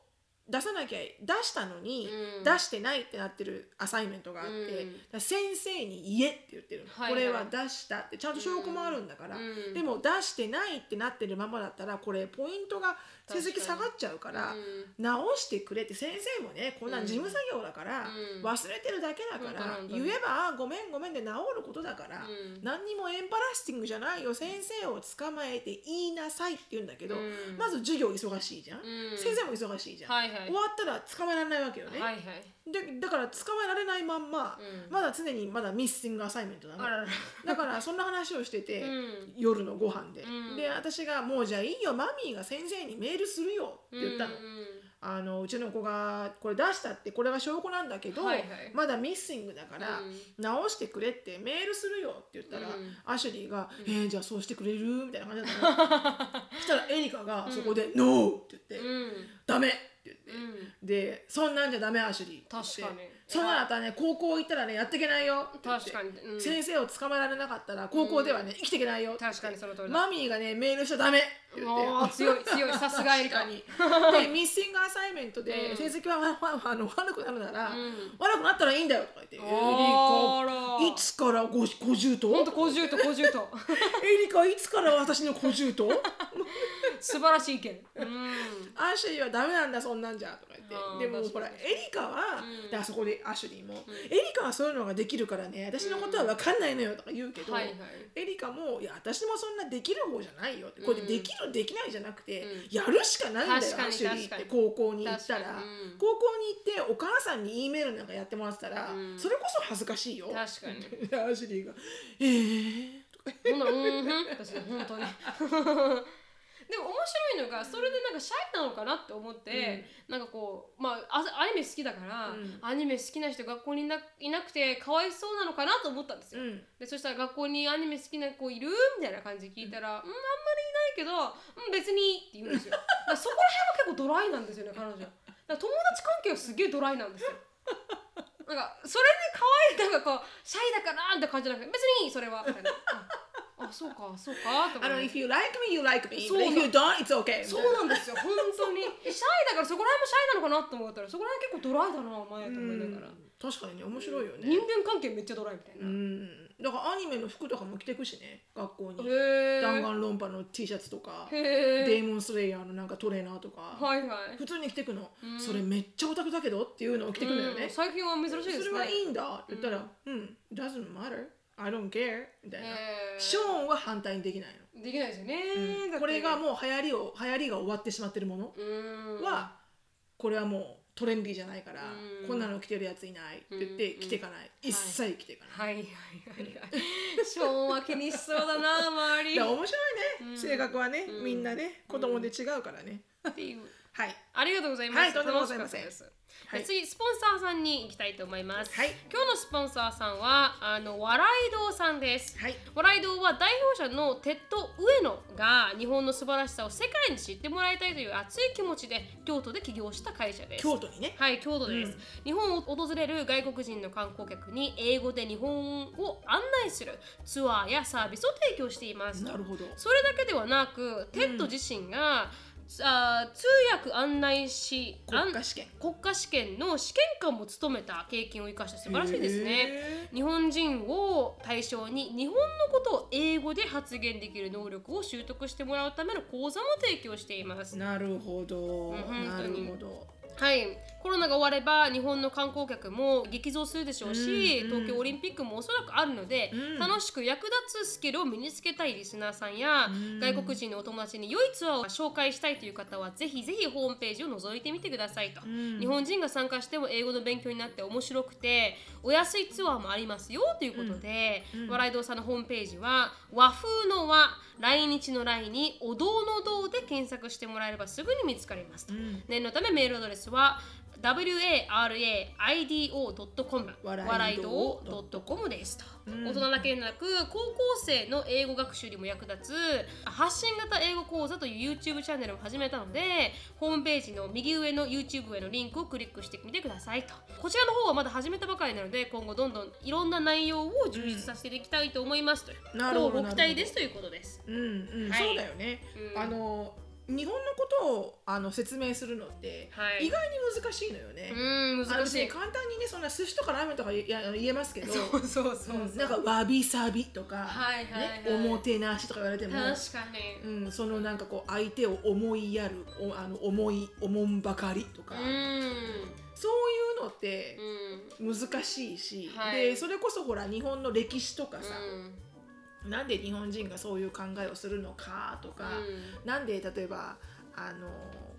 [SPEAKER 2] 出さなきゃ出したのに、
[SPEAKER 1] うん
[SPEAKER 2] 出してないってなってるアサイメントがあって、
[SPEAKER 1] うん
[SPEAKER 2] だから先生に言えって言ってるの、
[SPEAKER 1] はいはい
[SPEAKER 2] これは出したってちゃんと証拠もあるんだから、
[SPEAKER 1] うん
[SPEAKER 2] でも出してないってなってるままだったらこれポイントが成績下がっちゃうから。直してくれって先生もねこんなん事務作業だから、
[SPEAKER 1] うん
[SPEAKER 2] 忘れてるだけだから、
[SPEAKER 1] うん
[SPEAKER 2] 言えばあ「ごめんごめん」で治ることだから、
[SPEAKER 1] うん
[SPEAKER 2] 何にもエンパラスティングじゃないよ先生を捕まえて言いなさいって言うんだけど、
[SPEAKER 1] うん
[SPEAKER 2] まず授業忙しいじゃん、
[SPEAKER 1] うん
[SPEAKER 2] 先生も忙しいじゃん、
[SPEAKER 1] はいはい
[SPEAKER 2] 終わったら捕まえられないわけよね、
[SPEAKER 1] はいはい
[SPEAKER 2] でだから捕まえられないまんま、
[SPEAKER 1] うん
[SPEAKER 2] まだ常にまだミッシングアサイメントなの
[SPEAKER 1] あらら
[SPEAKER 2] だからそんな話をしてて、
[SPEAKER 1] うん
[SPEAKER 2] 夜のご飯で、
[SPEAKER 1] うん
[SPEAKER 2] で私が「もうじゃあいいよマミーが先生にメールするよ」って言ったの。
[SPEAKER 1] うんうん
[SPEAKER 2] あのうちの子がこれ出したってこれが証拠なんだけど、
[SPEAKER 1] はいはい
[SPEAKER 2] まだミッシングだから、
[SPEAKER 1] うん
[SPEAKER 2] 直してくれってメールするよって言ったら、
[SPEAKER 1] うん
[SPEAKER 2] アシュリーが「えー、じゃあそうしてくれる?」みたいな感じだったのそしたらエリカがそこで「NO!」って言って「ダメ!」って言って、
[SPEAKER 1] うんうん
[SPEAKER 2] で「そんなんじゃダメアシュリー」って言って
[SPEAKER 1] 確かに
[SPEAKER 2] そんなのあったらね高校行ったらねやっていけないよ」って言って
[SPEAKER 1] 確かにうん
[SPEAKER 2] 先生を捕まえられなかったら高校ではね、生きていけないよ」
[SPEAKER 1] 確かにその通りだ
[SPEAKER 2] マミーがねメールしちゃダメ」って言って
[SPEAKER 1] おー強い強いさすがエリカ
[SPEAKER 2] 確かにでミッシングアサイメントで
[SPEAKER 1] うん
[SPEAKER 2] 成績はわわあの悪くなるなら、
[SPEAKER 1] うん
[SPEAKER 2] 悪くなったらいいんだよとか言ってエリ
[SPEAKER 1] あら
[SPEAKER 2] カいつからご50と
[SPEAKER 1] ほんと50と50と
[SPEAKER 2] エリカいつから私の50と
[SPEAKER 1] 素晴らしい意見うん
[SPEAKER 2] アシュリーはダメなんだそんなんじゃとか
[SPEAKER 1] あー
[SPEAKER 2] 言ってでも
[SPEAKER 1] 確
[SPEAKER 2] ほ
[SPEAKER 1] から
[SPEAKER 2] エ
[SPEAKER 1] に
[SPEAKER 2] リカは、
[SPEAKER 1] うん
[SPEAKER 2] であそこでアシュリーも、エリカはそういうのができるからね私のことは分かんないのよとか言うけど、
[SPEAKER 1] はいはい
[SPEAKER 2] エリカも「いや私もそんなできる方じゃないよ」ってこれ
[SPEAKER 1] うん
[SPEAKER 2] できるできないじゃなくて、
[SPEAKER 1] うん
[SPEAKER 2] やるしかないんだよ
[SPEAKER 1] 確かに
[SPEAKER 2] アシュリーって
[SPEAKER 1] 確か
[SPEAKER 2] 高校に行った
[SPEAKER 1] 確
[SPEAKER 2] ら
[SPEAKER 1] かにうん
[SPEAKER 2] 高校に行ってお母さんに E メールなんかやってもらってたら、
[SPEAKER 1] うん
[SPEAKER 2] それこそ恥ずかしいよ
[SPEAKER 1] 確かに
[SPEAKER 2] アシュリーが「えー」とか
[SPEAKER 1] ほんならうーんふん私ね本当にでも面白いのがそれでなんかシャイなのかなって思って、なんかこうまああアニメ好きだから、
[SPEAKER 2] うん
[SPEAKER 1] アニメ好きな人学校にいないなくてかわいそうなのかなと思ったんですよ、
[SPEAKER 2] うん
[SPEAKER 1] でそしたら学校にアニメ好きな子いるみたいな感じで聞いたら「うんあんまりいないけど、うん、別に」って言うんです よだからそこら辺は結構ドライなんですよね彼女だから友達関係はすげえドライなんですよなんかそれで可愛いなんかこうシャイだからって感じじゃなくて別にいいそれはみたいなああそうかそうかと
[SPEAKER 2] あ
[SPEAKER 1] か
[SPEAKER 2] の「If you like me you like me
[SPEAKER 1] そう
[SPEAKER 2] but if you don't it's okay」
[SPEAKER 1] そ
[SPEAKER 2] みたいう
[SPEAKER 1] なんですよ本当にシャイだからそこら辺もシャイなのかなって思ったらそこら辺結構ドライだなお前と
[SPEAKER 2] な
[SPEAKER 1] 思いながら、
[SPEAKER 2] うん確かにね面白いよね
[SPEAKER 1] 人間関係めっちゃドライみたいな、
[SPEAKER 2] うんだからアニメの服とかも着てくしね学校に
[SPEAKER 1] へえ
[SPEAKER 2] 弾丸論破の T シャツとか
[SPEAKER 1] へえ
[SPEAKER 2] デーモンスレイヤーのなんかトレーナーとか、
[SPEAKER 1] はいはい
[SPEAKER 2] 普通に着てくの、
[SPEAKER 1] うん
[SPEAKER 2] それめっちゃオタクだけどっていうのを着てくのよ
[SPEAKER 1] う
[SPEAKER 2] ね
[SPEAKER 1] ん、最近は珍しいですね
[SPEAKER 2] それはいいんだって言ったら「うん、doesn't matter I don't care」みたいな、
[SPEAKER 1] へー
[SPEAKER 2] ショーンは反対にできない
[SPEAKER 1] できないですよね、だっ
[SPEAKER 2] の、
[SPEAKER 1] て
[SPEAKER 2] これがもう流行りを流行りが終わってしまってるもの
[SPEAKER 1] うーん
[SPEAKER 2] は、これはもうトレンディーじゃないから、
[SPEAKER 1] うん
[SPEAKER 2] こんなの着てるやついないって言って
[SPEAKER 1] うん
[SPEAKER 2] 着てかない、一切着てかな
[SPEAKER 1] はい
[SPEAKER 2] い、
[SPEAKER 1] はいはいはいショーンは気にしそうだな周り
[SPEAKER 2] いや面白いね、
[SPEAKER 1] うん
[SPEAKER 2] 性格はね、
[SPEAKER 1] うん
[SPEAKER 2] みんなね子供で違うからね、
[SPEAKER 1] っていう
[SPEAKER 2] はい
[SPEAKER 1] ありがとうございます、
[SPEAKER 2] はいとんでもございません
[SPEAKER 1] 楽しかったです
[SPEAKER 2] はい
[SPEAKER 1] で次スポンサーさんに行きたいと思います、
[SPEAKER 2] はい
[SPEAKER 1] 今日のスポンサーさんはあの笑い堂さんです
[SPEAKER 2] はい
[SPEAKER 1] 笑い堂は代表者のテッド・上野が日本の素晴らしさを世界に知ってもらいたいという熱い気持ちで京都で起業した会社です
[SPEAKER 2] 京都にね
[SPEAKER 1] はい、京都です、
[SPEAKER 2] う
[SPEAKER 1] 日本を訪れる外国人の観光客に英語で日本を案内するツアーやサービスを提供しています。
[SPEAKER 2] なるほど
[SPEAKER 1] それだけではなく、テッド自身が、あー通訳案内士
[SPEAKER 2] 国
[SPEAKER 1] あ
[SPEAKER 2] 家
[SPEAKER 1] ん
[SPEAKER 2] 試験
[SPEAKER 1] 国家試験の試験官も務めた経験を生かした素晴らしいですね。
[SPEAKER 2] へ
[SPEAKER 1] 日本人を対象に日本のことを英語で発言できる能力を習得してもらうための講座も提供しています
[SPEAKER 2] ー。なるほ
[SPEAKER 1] う
[SPEAKER 2] ど、
[SPEAKER 1] ん
[SPEAKER 2] な
[SPEAKER 1] 本当
[SPEAKER 2] る
[SPEAKER 1] に
[SPEAKER 2] ほど
[SPEAKER 1] はい、コロナが終われば日本の観光客も激増するでしょうし、
[SPEAKER 2] うん
[SPEAKER 1] 東京オリンピックもおそらくあるので、
[SPEAKER 2] うん
[SPEAKER 1] 楽しく役立つスキルを身につけたいリスナーさんや、
[SPEAKER 2] うん
[SPEAKER 1] 外国人のお友達に良いツアーを紹介したいという方はぜひぜひホームページを覗いてみてくださいと、
[SPEAKER 2] うん
[SPEAKER 1] 日本人が参加しても英語の勉強になって面白くてお安いツアーもありますよということで、
[SPEAKER 2] うんうん
[SPEAKER 1] 笑い堂さんのホームページは和風の和来日の来にお堂の堂で検索してもらえればすぐに見つかりますと。
[SPEAKER 2] うん
[SPEAKER 1] 念のためメールアドレスは waraido.com
[SPEAKER 2] 笑い堂
[SPEAKER 1] .com ですと、
[SPEAKER 2] うん
[SPEAKER 1] 大人だけでなく高校生の英語学習にも役立つ発信型英語講座という YouTube チャンネルを始めたのでホームページの右上の YouTube へのリンクをクリックしてみてくださいとこちらの方はまだ始めたばかりなので今後どんどんいろんな内容を充実させていきたいと思いますと、
[SPEAKER 2] なるほど
[SPEAKER 1] こうご期待ですということです、
[SPEAKER 2] うんうん、
[SPEAKER 1] はい
[SPEAKER 2] そうだよね、
[SPEAKER 1] うん
[SPEAKER 2] あの日本のことをあの説明するのって、
[SPEAKER 1] はい
[SPEAKER 2] 意外に難しいのよね、
[SPEAKER 1] うん
[SPEAKER 2] あの
[SPEAKER 1] 難し
[SPEAKER 2] 別
[SPEAKER 1] い
[SPEAKER 2] に簡単にねそんな寿司とかラーメンとかいや言えますけど
[SPEAKER 1] そうそうそうそう、
[SPEAKER 2] うんなんかわびさびとか、
[SPEAKER 1] はいはいはい
[SPEAKER 2] ね、おもてなしとか言われても、
[SPEAKER 1] 確かに、
[SPEAKER 2] うん、そのなんかこう相手を思いやるおあの思いおもんばかりとか、
[SPEAKER 1] う
[SPEAKER 2] そういうのって
[SPEAKER 1] んうん
[SPEAKER 2] 難しいし、
[SPEAKER 1] はい
[SPEAKER 2] でそれこそほら日本の歴史とかさ、
[SPEAKER 1] うん
[SPEAKER 2] なんで日本人がそういう考えをするのかとか、なんで例えばあの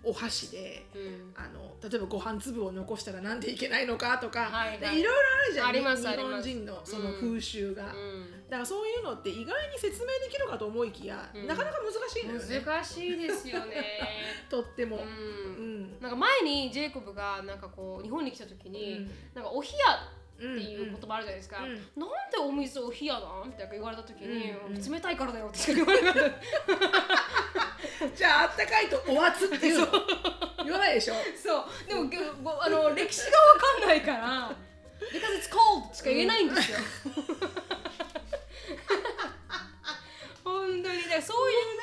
[SPEAKER 2] お箸で
[SPEAKER 1] うん
[SPEAKER 2] あの例えばご飯粒を残したらなんでいけないのかとか、
[SPEAKER 1] はい
[SPEAKER 2] で
[SPEAKER 1] はい
[SPEAKER 2] いろいろあるじゃん
[SPEAKER 1] あります
[SPEAKER 2] 日
[SPEAKER 1] ありま
[SPEAKER 2] 本
[SPEAKER 1] す
[SPEAKER 2] 人のその
[SPEAKER 1] うん
[SPEAKER 2] 風習が。
[SPEAKER 1] う
[SPEAKER 2] だからそういうのって意外に説明できるかと思いきや、
[SPEAKER 1] うん
[SPEAKER 2] なかなか難しいのよ
[SPEAKER 1] ん
[SPEAKER 2] ね
[SPEAKER 1] 難しいですよね
[SPEAKER 2] とっても。 う
[SPEAKER 1] うん
[SPEAKER 2] ん
[SPEAKER 1] なんか前にジェイコブがなんかこう日本に来た時に、なんかお冷や
[SPEAKER 2] う
[SPEAKER 1] っ
[SPEAKER 2] ん
[SPEAKER 1] ていう言葉あるじゃないですか、
[SPEAKER 2] うん
[SPEAKER 1] なんでお水お冷やなんって言われた時に、
[SPEAKER 2] うんうん
[SPEAKER 1] 冷たいからだよって言われた
[SPEAKER 2] じゃああったかいとお熱っていうの言わな いでしょ
[SPEAKER 1] そうでもぎょごあの歴史がわかんないから「because it's cold」しか言えないんですよ。本当にねそういうね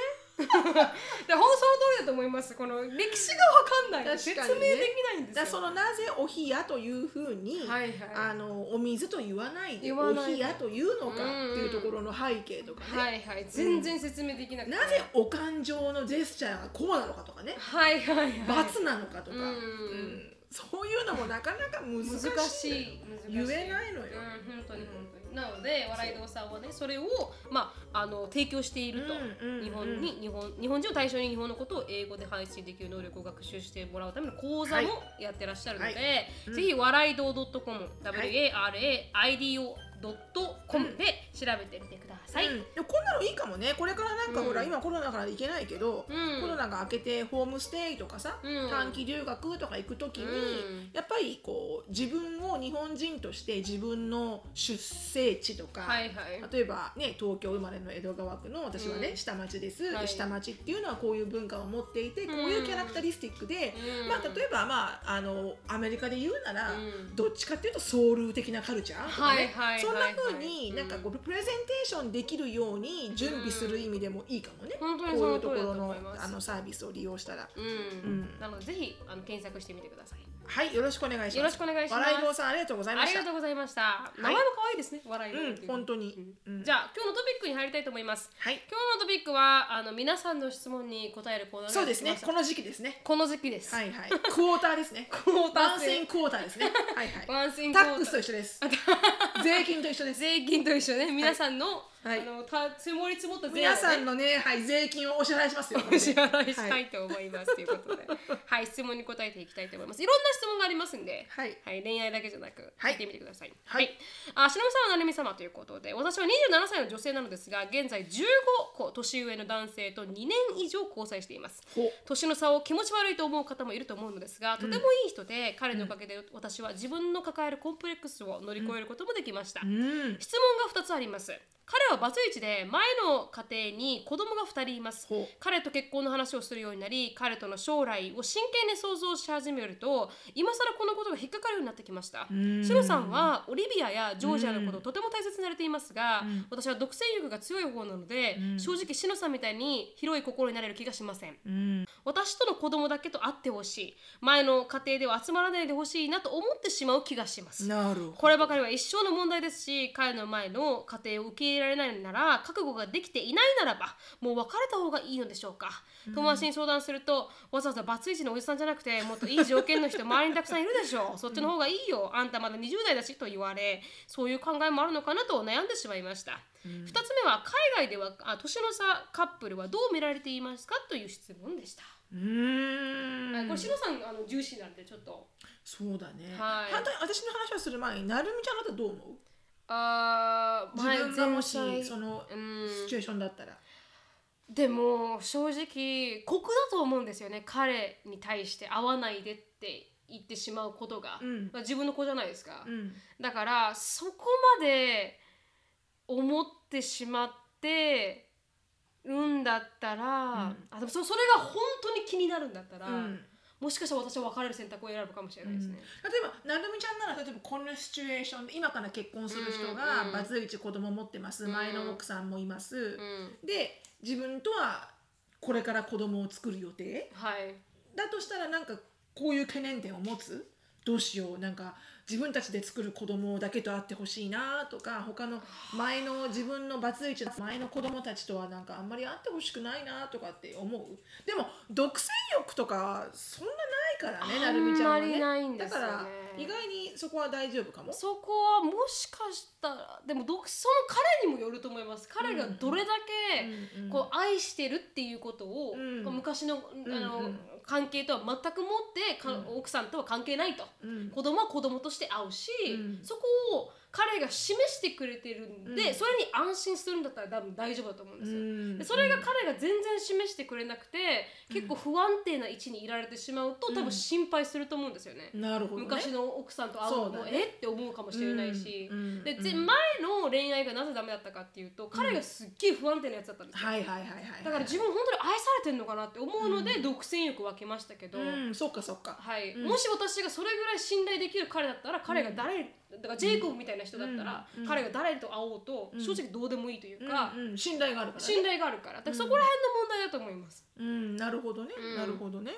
[SPEAKER 1] の歴史が分かんない、
[SPEAKER 2] 確
[SPEAKER 1] 説
[SPEAKER 2] か
[SPEAKER 1] 明
[SPEAKER 2] に
[SPEAKER 1] で
[SPEAKER 2] ね
[SPEAKER 1] きないん
[SPEAKER 2] だから
[SPEAKER 1] です
[SPEAKER 2] そ
[SPEAKER 1] よ
[SPEAKER 2] のなぜお冷やというふうに、
[SPEAKER 1] はいはい
[SPEAKER 2] あのお水と言わないで
[SPEAKER 1] 言わ
[SPEAKER 2] お
[SPEAKER 1] ない
[SPEAKER 2] 冷やというのかっ
[SPEAKER 1] うんうん
[SPEAKER 2] ていうところの背景とかね、
[SPEAKER 1] はいはい全然説明できなくて、
[SPEAKER 2] なぜお感情のジェスチャーがこうなのかとかね、
[SPEAKER 1] はいはいはい
[SPEAKER 2] 罰なのかとか、
[SPEAKER 1] うんうん
[SPEAKER 2] うんそういうのもなかなか難しい
[SPEAKER 1] 難しい
[SPEAKER 2] 言
[SPEAKER 1] 難しい
[SPEAKER 2] えないのよ
[SPEAKER 1] うん、本当に本当になので笑い堂さんはねそれを、まあ、あの提供していると、
[SPEAKER 2] うんうんうん
[SPEAKER 1] 日本に日本日本人を対象に日本のことを英語で配信できる能力を学習してもらうための講座もやってらっしゃるので、
[SPEAKER 2] はうん
[SPEAKER 1] ぜひ笑い堂 .com、
[SPEAKER 2] はい
[SPEAKER 1] waraido.com で調べてみてください。
[SPEAKER 2] うんでもこんなのいいかもねこれからなんか
[SPEAKER 1] うん
[SPEAKER 2] ほら、今コロナだから行けないけど、
[SPEAKER 1] うん
[SPEAKER 2] コロナが明けてホームステイとかさ、
[SPEAKER 1] うん
[SPEAKER 2] 短期留学とか行く時に、
[SPEAKER 1] うん
[SPEAKER 2] やっぱりこう自分を日本人として自分の出生地とか、
[SPEAKER 1] はいはい
[SPEAKER 2] 例えば、ね、東京生まれの江戸川区の私はね、
[SPEAKER 1] うん
[SPEAKER 2] 下町です、
[SPEAKER 1] はい
[SPEAKER 2] 下町っていうのはこういう文化を持っていてこういうキャラクタリスティックで、まあ、例えば、まあ、あのアメリカで言うなら、
[SPEAKER 1] うん
[SPEAKER 2] どっちかっていうとソウル的なカルチャーとか
[SPEAKER 1] は
[SPEAKER 2] ね、
[SPEAKER 1] いはいはいはい
[SPEAKER 2] そんな風になんかこうプレゼンテーションできるように準備する意味でもいいかもね、
[SPEAKER 1] うん本当に
[SPEAKER 2] こ
[SPEAKER 1] そう
[SPEAKER 2] い
[SPEAKER 1] の
[SPEAKER 2] う
[SPEAKER 1] 通
[SPEAKER 2] とこ
[SPEAKER 1] りだと
[SPEAKER 2] ろ
[SPEAKER 1] 思
[SPEAKER 2] の
[SPEAKER 1] います
[SPEAKER 2] あのサービスを利用したら
[SPEAKER 1] うん
[SPEAKER 2] うん
[SPEAKER 1] なのでぜひあの検索してみてください。
[SPEAKER 2] はいよろしくお願いします
[SPEAKER 1] よろしくお願いします
[SPEAKER 2] 笑い坊さんありがとうございま
[SPEAKER 1] あ
[SPEAKER 2] し
[SPEAKER 1] り
[SPEAKER 2] た
[SPEAKER 1] がとうございました。名前も可愛いですね、笑い堂って
[SPEAKER 2] う
[SPEAKER 1] い
[SPEAKER 2] ん
[SPEAKER 1] う
[SPEAKER 2] 本当に、うん
[SPEAKER 1] じゃあ今日のトピックに入りたいと思います。
[SPEAKER 2] はい
[SPEAKER 1] 今日のトピックはあの皆さんの質問に答えるコーナー
[SPEAKER 2] そうです
[SPEAKER 1] になっ
[SPEAKER 2] ね
[SPEAKER 1] てきま
[SPEAKER 2] この時期ですね
[SPEAKER 1] したこの時期です。
[SPEAKER 2] は いはいクォーターですねクォ
[SPEAKER 1] ーター
[SPEAKER 2] ワンセンクォーターですねはいはい
[SPEAKER 1] ワンスイン
[SPEAKER 2] タ
[SPEAKER 1] クォー
[SPEAKER 2] ッ
[SPEAKER 1] タ
[SPEAKER 2] クスと
[SPEAKER 1] ー
[SPEAKER 2] 一緒です 税金と一緒です
[SPEAKER 1] 税金と一緒ね、皆さんの、
[SPEAKER 2] はい
[SPEAKER 1] あのた積もり積もった税をね
[SPEAKER 2] 皆さんのね、はい、税金をお支払いしますよ。
[SPEAKER 1] お支払いし
[SPEAKER 2] は
[SPEAKER 1] た
[SPEAKER 2] い。
[SPEAKER 1] いと思います、ということで、はい、質問に答えていきたいと思います。いろんな質問がありますんで、
[SPEAKER 2] はい
[SPEAKER 1] 恋愛だけじゃなく、
[SPEAKER 2] はい
[SPEAKER 1] 聞いてみてください。
[SPEAKER 2] はい
[SPEAKER 1] あ、しのぶさんはなるみ様ということで、私は27歳の女性なのですが、現在15個年上の男性と2年以上交際しています。
[SPEAKER 2] ほ
[SPEAKER 1] 年の差を気持ち悪いと思う方もいると思うのですがとてもいい人で、彼のおかげで私は自分の抱えるコンプレックスを乗り越えることもできました、
[SPEAKER 2] うん。
[SPEAKER 1] 質問が2つあります彼はバツイチで前の家庭に子供が2人います
[SPEAKER 2] ほう
[SPEAKER 1] 彼と結婚の話をするようになり彼との将来を真剣に想像し始めると今更このことが引っかかるようになってきました
[SPEAKER 2] ん
[SPEAKER 1] シロさんはオリビアやジョージアのことをとても大切にされていますが、私は独占欲が強い方なので、
[SPEAKER 2] うん
[SPEAKER 1] 正直シノさんみたいに広い心になれる気がしません
[SPEAKER 2] うん。
[SPEAKER 1] 私との子供だけと会ってほしい前の家庭では集まらないでほしいなと思ってしまう気がします
[SPEAKER 2] なるほど。
[SPEAKER 1] こればかりは一生の問題ですし彼の前の家庭を受け入れられないなら覚悟ができていないならばもう別れた方がいいのでしょうか友達に相談するとわざわざバツイチのおじさんじゃなくてもっといい条件 の人周りにたくさんいるでしょうそっちの方がいいよあんたまだ20代だしと言われそういう考えもあるのかなと悩んでしまいました、二2つ目は海外ではあ年の差カップルはどう見られていますかという質問でした
[SPEAKER 2] う
[SPEAKER 1] はいこ
[SPEAKER 2] ー
[SPEAKER 1] れ
[SPEAKER 2] ん。
[SPEAKER 1] シロさんあの重視なんでちょっと
[SPEAKER 2] そうだね。
[SPEAKER 1] はい
[SPEAKER 2] 反対に私の話をする前に、なるみちゃんだったらどう思う
[SPEAKER 1] あ
[SPEAKER 2] 自分がもし、
[SPEAKER 1] そ
[SPEAKER 2] そ
[SPEAKER 1] の
[SPEAKER 2] の
[SPEAKER 1] うん
[SPEAKER 2] シチュエーションだったら。
[SPEAKER 1] でも正直酷だと思うんですよね彼に対して会わないでって言ってしまうことが、
[SPEAKER 2] うん
[SPEAKER 1] まあ自分の子じゃないですか、
[SPEAKER 2] うん。
[SPEAKER 1] だからそこまで思ってしまってるんだったら、あでもそそれが本当に気になるんだったら、
[SPEAKER 2] うん
[SPEAKER 1] もしかしたら私は別れる選択を選ぶかもしれないですね。
[SPEAKER 2] 例えばなるみちゃんなら例えばこのシチュエーション今から結婚する人が、
[SPEAKER 1] うん
[SPEAKER 2] バツイチ子供持ってます、
[SPEAKER 1] うん
[SPEAKER 2] 前の奥さんもいます、
[SPEAKER 1] うん
[SPEAKER 2] で自分とはこれから子供を作る予定、
[SPEAKER 1] はい
[SPEAKER 2] だとしたらなんかこういう懸念点を持つどうしようなんか自分たちで作る子供だけと会ってほしいなとか他の前の自分のバツイチの前の子供たちとはなんかあんまり会ってほしくないなとかって思うでも独占欲とかそんなないからねなるみちゃんは
[SPEAKER 1] あんまり
[SPEAKER 2] ね
[SPEAKER 1] ないんで
[SPEAKER 2] だ
[SPEAKER 1] す
[SPEAKER 2] か
[SPEAKER 1] よね
[SPEAKER 2] ら意外にそこは大丈夫かも
[SPEAKER 1] そこはもしかしたらでもどその彼にもよると思います彼がどれだ
[SPEAKER 2] うんうん
[SPEAKER 1] けこう愛してるっていうことを、
[SPEAKER 2] うん
[SPEAKER 1] こう昔の
[SPEAKER 2] ん
[SPEAKER 1] あの、
[SPEAKER 2] うん
[SPEAKER 1] 関係とは全くもってか、
[SPEAKER 2] うん
[SPEAKER 1] 奥さんとは関係ないと、
[SPEAKER 2] うん
[SPEAKER 1] 子供は子供として会うし、
[SPEAKER 2] うん
[SPEAKER 1] そこを彼が示してくれてるんで、
[SPEAKER 2] うん
[SPEAKER 1] それに安心するんだったら多分大丈夫だと思うんですよ。
[SPEAKER 2] うん
[SPEAKER 1] でそれが彼が全然示してくれなくて結構不安定な位置にいられてしまうと多
[SPEAKER 2] うん
[SPEAKER 1] 分心配すると思うんですよね。
[SPEAKER 2] なるほど、ね、
[SPEAKER 1] 昔の奥さんと会うの
[SPEAKER 2] そう
[SPEAKER 1] も、
[SPEAKER 2] だね
[SPEAKER 1] えって思うかもしれないし、
[SPEAKER 2] うんうん
[SPEAKER 1] でぜ
[SPEAKER 2] うん
[SPEAKER 1] 前の恋愛がなぜダメだったかっていうと彼がすっげえ不安定なやつだったんですよ、
[SPEAKER 2] はいはいはいはい
[SPEAKER 1] だから自分本当に愛されてるのかなって思うので、独占欲湧きけましたけど、
[SPEAKER 2] うんそっかそっか
[SPEAKER 1] はい
[SPEAKER 2] うん
[SPEAKER 1] もし私がそれぐらい信頼できる彼だったら彼が誰、だからジェイコブみたいな人だったら、
[SPEAKER 2] うん
[SPEAKER 1] 彼が誰と会おうと
[SPEAKER 2] うん
[SPEAKER 1] 正直どうでもいいというか、
[SPEAKER 2] うんうん、信頼があるから、ね、
[SPEAKER 1] 信頼があるからだからそこら辺の問題だと思います。
[SPEAKER 2] うん、なるほどね、
[SPEAKER 1] うん
[SPEAKER 2] なるほどね。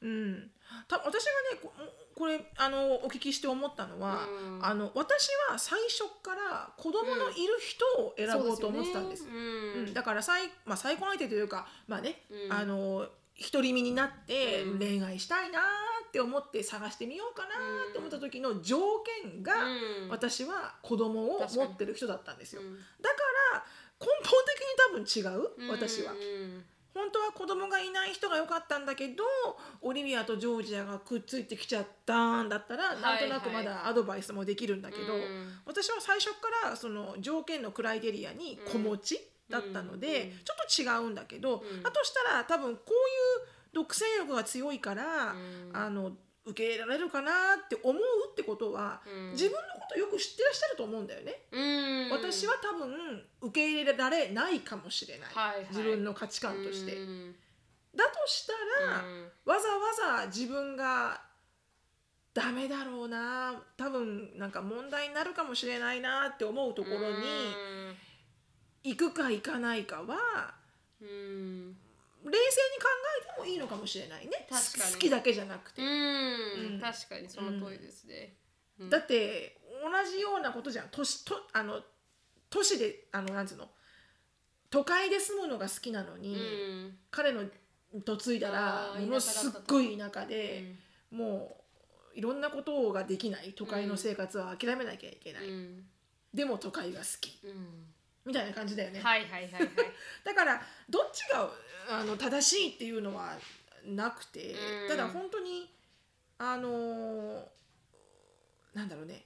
[SPEAKER 2] うん、た私がねここれあのお聞きして思ったのは、
[SPEAKER 1] うん
[SPEAKER 2] あの私は最初から子供のいる人を選ぼうと思ってたんです。
[SPEAKER 1] そううんよねうん
[SPEAKER 2] だから再まあ再婚相手というかまあね、
[SPEAKER 1] うん
[SPEAKER 2] あの独り身になって
[SPEAKER 1] うん
[SPEAKER 2] 恋愛したいなーって思って探してみようかなーって思った時の条件が、
[SPEAKER 1] うん
[SPEAKER 2] 私は子供を持ってる人だったんですよ。
[SPEAKER 1] うん
[SPEAKER 2] だから根本的に多分違う、私は
[SPEAKER 1] う。ん
[SPEAKER 2] 本当は子供がいない人が良かったんだけどオリビアとジョージアがくっついてきちゃったんだったら
[SPEAKER 1] い
[SPEAKER 2] なんとなくまだアドバイスもできるんだけど、
[SPEAKER 1] うん
[SPEAKER 2] 私は最初からその条件のクライテリアに子持ちだったので、
[SPEAKER 1] うん
[SPEAKER 2] ちょっと違うんだけど、
[SPEAKER 1] うん
[SPEAKER 2] だとしたら多分こういう独占欲が強いから、
[SPEAKER 1] うん
[SPEAKER 2] あの受け入れられるかなって思うってことは、
[SPEAKER 1] うん
[SPEAKER 2] 自分のことよく知ってらっしゃると思うんだよね。
[SPEAKER 1] うん
[SPEAKER 2] 私は多分受け入れられないかもしれない、
[SPEAKER 1] はいはい
[SPEAKER 2] 自分の価値観として。
[SPEAKER 1] うん
[SPEAKER 2] だとしたら、
[SPEAKER 1] うん
[SPEAKER 2] わざわざ自分がダメだろうな多分なんか問題になるかもしれないなって思うところに行くか行かないかは
[SPEAKER 1] うん
[SPEAKER 2] 冷静に考えてもいいのかもしれないね
[SPEAKER 1] 確かに
[SPEAKER 2] 好きだけじゃなくて、
[SPEAKER 1] うん
[SPEAKER 2] うん
[SPEAKER 1] 確かにその通りですね。うん
[SPEAKER 2] だって同じようなことじゃん都市とあの都市であのなんつうの都会で住むのが好きなのに、
[SPEAKER 1] うん
[SPEAKER 2] 彼の嫁いだら
[SPEAKER 1] あー
[SPEAKER 2] ものすっごい田舎
[SPEAKER 1] う
[SPEAKER 2] で。
[SPEAKER 1] ん
[SPEAKER 2] もういろんなことができない都会の生活は諦めなきゃいけない、
[SPEAKER 1] うん
[SPEAKER 2] でも都会が好き
[SPEAKER 1] うん
[SPEAKER 2] みたいな感じだよね、
[SPEAKER 1] はいはいはいはい。
[SPEAKER 2] だからどっちがあの正しいっていうのはなくて、
[SPEAKER 1] うん
[SPEAKER 2] ただ本当にあのーなんだろうね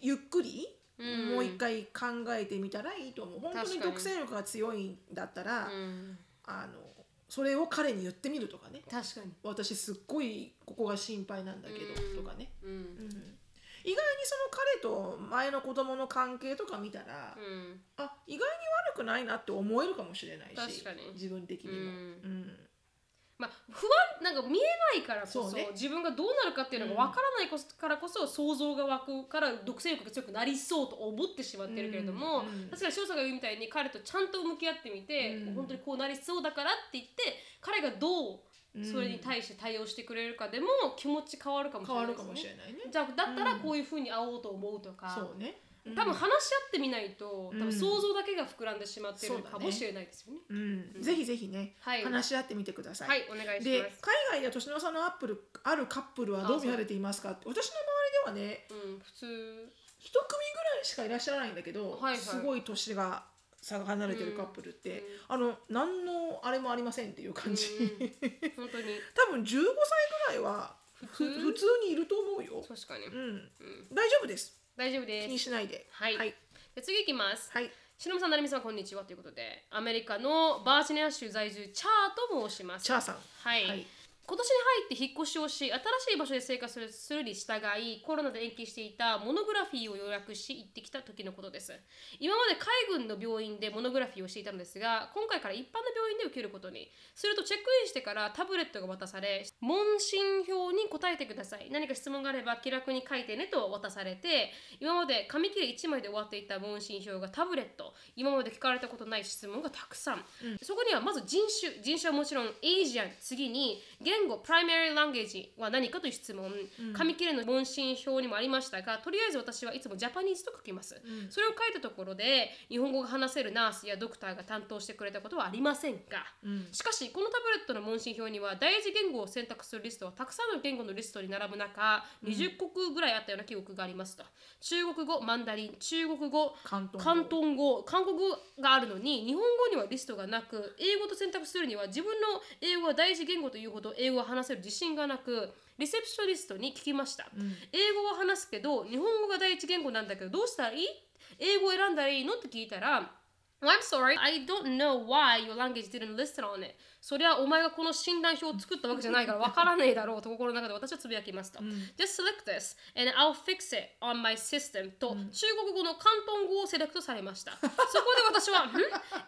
[SPEAKER 2] ゆっくり、
[SPEAKER 1] うん
[SPEAKER 2] もう一回考えてみたらいいと思う本当に
[SPEAKER 1] 確かに
[SPEAKER 2] 独占力が強いんだったら、
[SPEAKER 1] うん
[SPEAKER 2] あのそれを彼に言ってみるとかね
[SPEAKER 1] 確かに。
[SPEAKER 2] 私すっごいここが心配なんだけど、
[SPEAKER 1] うん
[SPEAKER 2] とかね
[SPEAKER 1] うん
[SPEAKER 2] 意外にその彼と前の子供の関係とか見たら、
[SPEAKER 1] うん
[SPEAKER 2] あ意外に悪くないなって思えるかもしれないし
[SPEAKER 1] 確かに
[SPEAKER 2] 自分的にも、
[SPEAKER 1] う
[SPEAKER 2] うんん
[SPEAKER 1] まあ不安なんか見えないからこ
[SPEAKER 2] そう
[SPEAKER 1] そ
[SPEAKER 2] ね
[SPEAKER 1] 自分がどうなるかっていうのがわからないこそからこそ想像が湧くから独占欲が強くなりそうと思ってしまってるけれども
[SPEAKER 2] うん
[SPEAKER 1] 確かに翔さんが言うみたいに彼とちゃんと向き合ってみて
[SPEAKER 2] うん
[SPEAKER 1] 本当にこうなりそうだからって言って彼がどう
[SPEAKER 2] うん
[SPEAKER 1] それに対して対応してくれるかでも気持ち変わるかもしれ
[SPEAKER 2] 変
[SPEAKER 1] ない
[SPEAKER 2] わる
[SPEAKER 1] ですね
[SPEAKER 2] かもしれないね
[SPEAKER 1] じゃあだったら
[SPEAKER 2] うん
[SPEAKER 1] こういうふうに会おうと思うとか、
[SPEAKER 2] そうね、うん
[SPEAKER 1] 多分話し合ってみないと多
[SPEAKER 2] う
[SPEAKER 1] 分
[SPEAKER 2] ん
[SPEAKER 1] 想像だけが膨らんでしまって
[SPEAKER 2] そ
[SPEAKER 1] る
[SPEAKER 2] うだね
[SPEAKER 1] かもしれないですよね。
[SPEAKER 2] うん
[SPEAKER 1] うん
[SPEAKER 2] ぜひぜひね、
[SPEAKER 1] はい、
[SPEAKER 2] 話し合ってみてください、
[SPEAKER 1] はい、お願いし
[SPEAKER 2] で
[SPEAKER 1] ます。
[SPEAKER 2] 海外で年の差のアップルあるカップルはどう見られていますかって私の周りではね
[SPEAKER 1] うん、普通、
[SPEAKER 2] 一組ぐらいしかいらっしゃらないんだけど、
[SPEAKER 1] はいはい
[SPEAKER 2] すごい年が差が離れてるカップルって、
[SPEAKER 1] うん
[SPEAKER 2] あの何のあれもありませんっていう感じ、
[SPEAKER 1] うん、本当に
[SPEAKER 2] 多分15歳ぐらいは
[SPEAKER 1] 普
[SPEAKER 2] ふ
[SPEAKER 1] 通
[SPEAKER 2] 普通にいると思うよ、
[SPEAKER 1] 確かに、
[SPEAKER 2] うん、
[SPEAKER 1] うん、
[SPEAKER 2] 大丈夫です
[SPEAKER 1] 大丈夫
[SPEAKER 2] 気
[SPEAKER 1] で
[SPEAKER 2] に
[SPEAKER 1] す。
[SPEAKER 2] しないで
[SPEAKER 1] はい
[SPEAKER 2] はい、
[SPEAKER 1] で次いきます。
[SPEAKER 2] はい
[SPEAKER 1] しのぶさん、なるみさん、こんにちはということで、アメリカのバージニア州在住チャーと申します。
[SPEAKER 2] チャーさん
[SPEAKER 1] はい、
[SPEAKER 2] はい
[SPEAKER 1] 今年に入って引っ越しをし新しい場所で生活するするに従いコロナで延期していたモノグラフィーを予約し行ってきた時のことです今まで海軍の病院でモノグラフィーをしていたのですが今回から一般の病院で受けることにするとチェックインしてからタブレットが渡され問診票に答えてください何か質問があれば気楽に書いてねと渡されて今まで紙切れ1枚で終わっていた問診票がタブレット今まで聞かれたことない質問がたくさん、そこにはまず人種人種はもちろんエイジアン次に言語プライマリーランゲージは何かという質問、紙切れの問診票にもありましたがとりあえず私はいつもジャパニーズと書きます、
[SPEAKER 2] うん
[SPEAKER 1] それを書いたところで日本語が話せるナースやドクターが担当してくれたことはありませんか、
[SPEAKER 2] うん
[SPEAKER 1] しかしこのタブレットの問診票には第一言語を選択するリストはたくさんの言語のリストに並ぶ中20国ぐらいあったような記憶がありますと中国語マンダリン中国語
[SPEAKER 2] 関東
[SPEAKER 1] 広東語韓国語があるのに日本語にはリストがなく英語と選択するには自分の英語は第一言語というほど英語を話せる自信がなくリセプショニストに聞きました、
[SPEAKER 2] ん
[SPEAKER 1] 英語は話すけど日本語が第一言語なんだけどどうしたらいい英語を選んだらいいのって聞いたら Well, I'm sorry. I don't know why your language didn't listen on it. そりゃお前がこの診断表を作ったわけじゃないからわからねえだろうと心の中で私はつぶやきました。Just select this and I'll fix it on my system と、中国語の広東語をセレクトされました。そこで私は、ん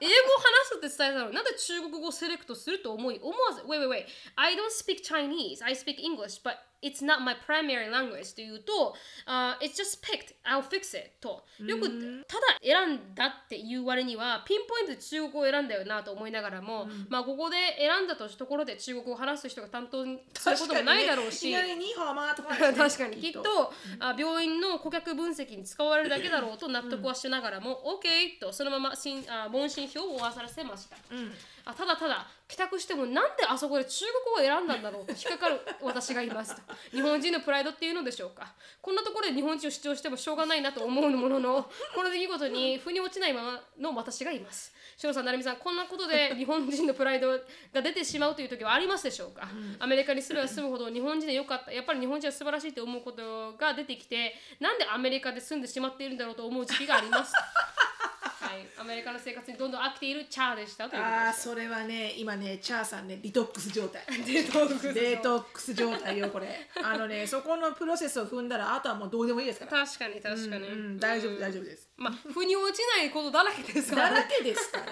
[SPEAKER 1] 英語を話すって伝えたのになんで中国語をセレクトすると思い、思わず、wait, wait, wait, I don't speak Chinese, I speak English, but It's not my primary language というと、あ It's just picked, I'll fix it とよくただ選んだっていう割にはピンポイントで中国語を選んだよなと思いながらも、まあここで選んだとところで中国語を話す人が担当することもないだろうし、
[SPEAKER 2] 確かにねいきなりニーハオマーとか、
[SPEAKER 1] 確かにきっとあ病院の顧客分析に使われるだけだろうと納得はしながらも、OK とそのまましんあ問診票を終わらせました、
[SPEAKER 2] ん
[SPEAKER 1] あただただ帰宅してもなんであそこで中国語を選んだんだろうと引っかかる私がい ますと日本人のプライドっていうのでしょうかこんなところで日本人を主張してもしょうがないなと思うもののこの出来事に腑に落ちないままの私がいますしのさんなるみさんこんなこと で日本人のプライドが出てしまうという時はありますでしょうか、アメリカに住めば住むほど日本人で良かったやっぱり日本人は素晴らしいと思うことが出てきてなんでアメリカで住んでしまっているんだろうと思う時期があり ますはいアメリカの生活にどんどん飽きているチャーでしたということ
[SPEAKER 2] ああ
[SPEAKER 1] です
[SPEAKER 2] それはね今ねチャーさんねデトックス状態
[SPEAKER 1] デトックス
[SPEAKER 2] デトックス状態よこれあのねそこのプロセスを踏んだらあとはもうどうでもいいですから
[SPEAKER 1] 確かに確かに、
[SPEAKER 2] うんうん大丈夫大丈夫です
[SPEAKER 1] まあ腑に落ちないことだらけですか
[SPEAKER 2] だ
[SPEAKER 1] ら
[SPEAKER 2] ら
[SPEAKER 1] ね
[SPEAKER 2] けですから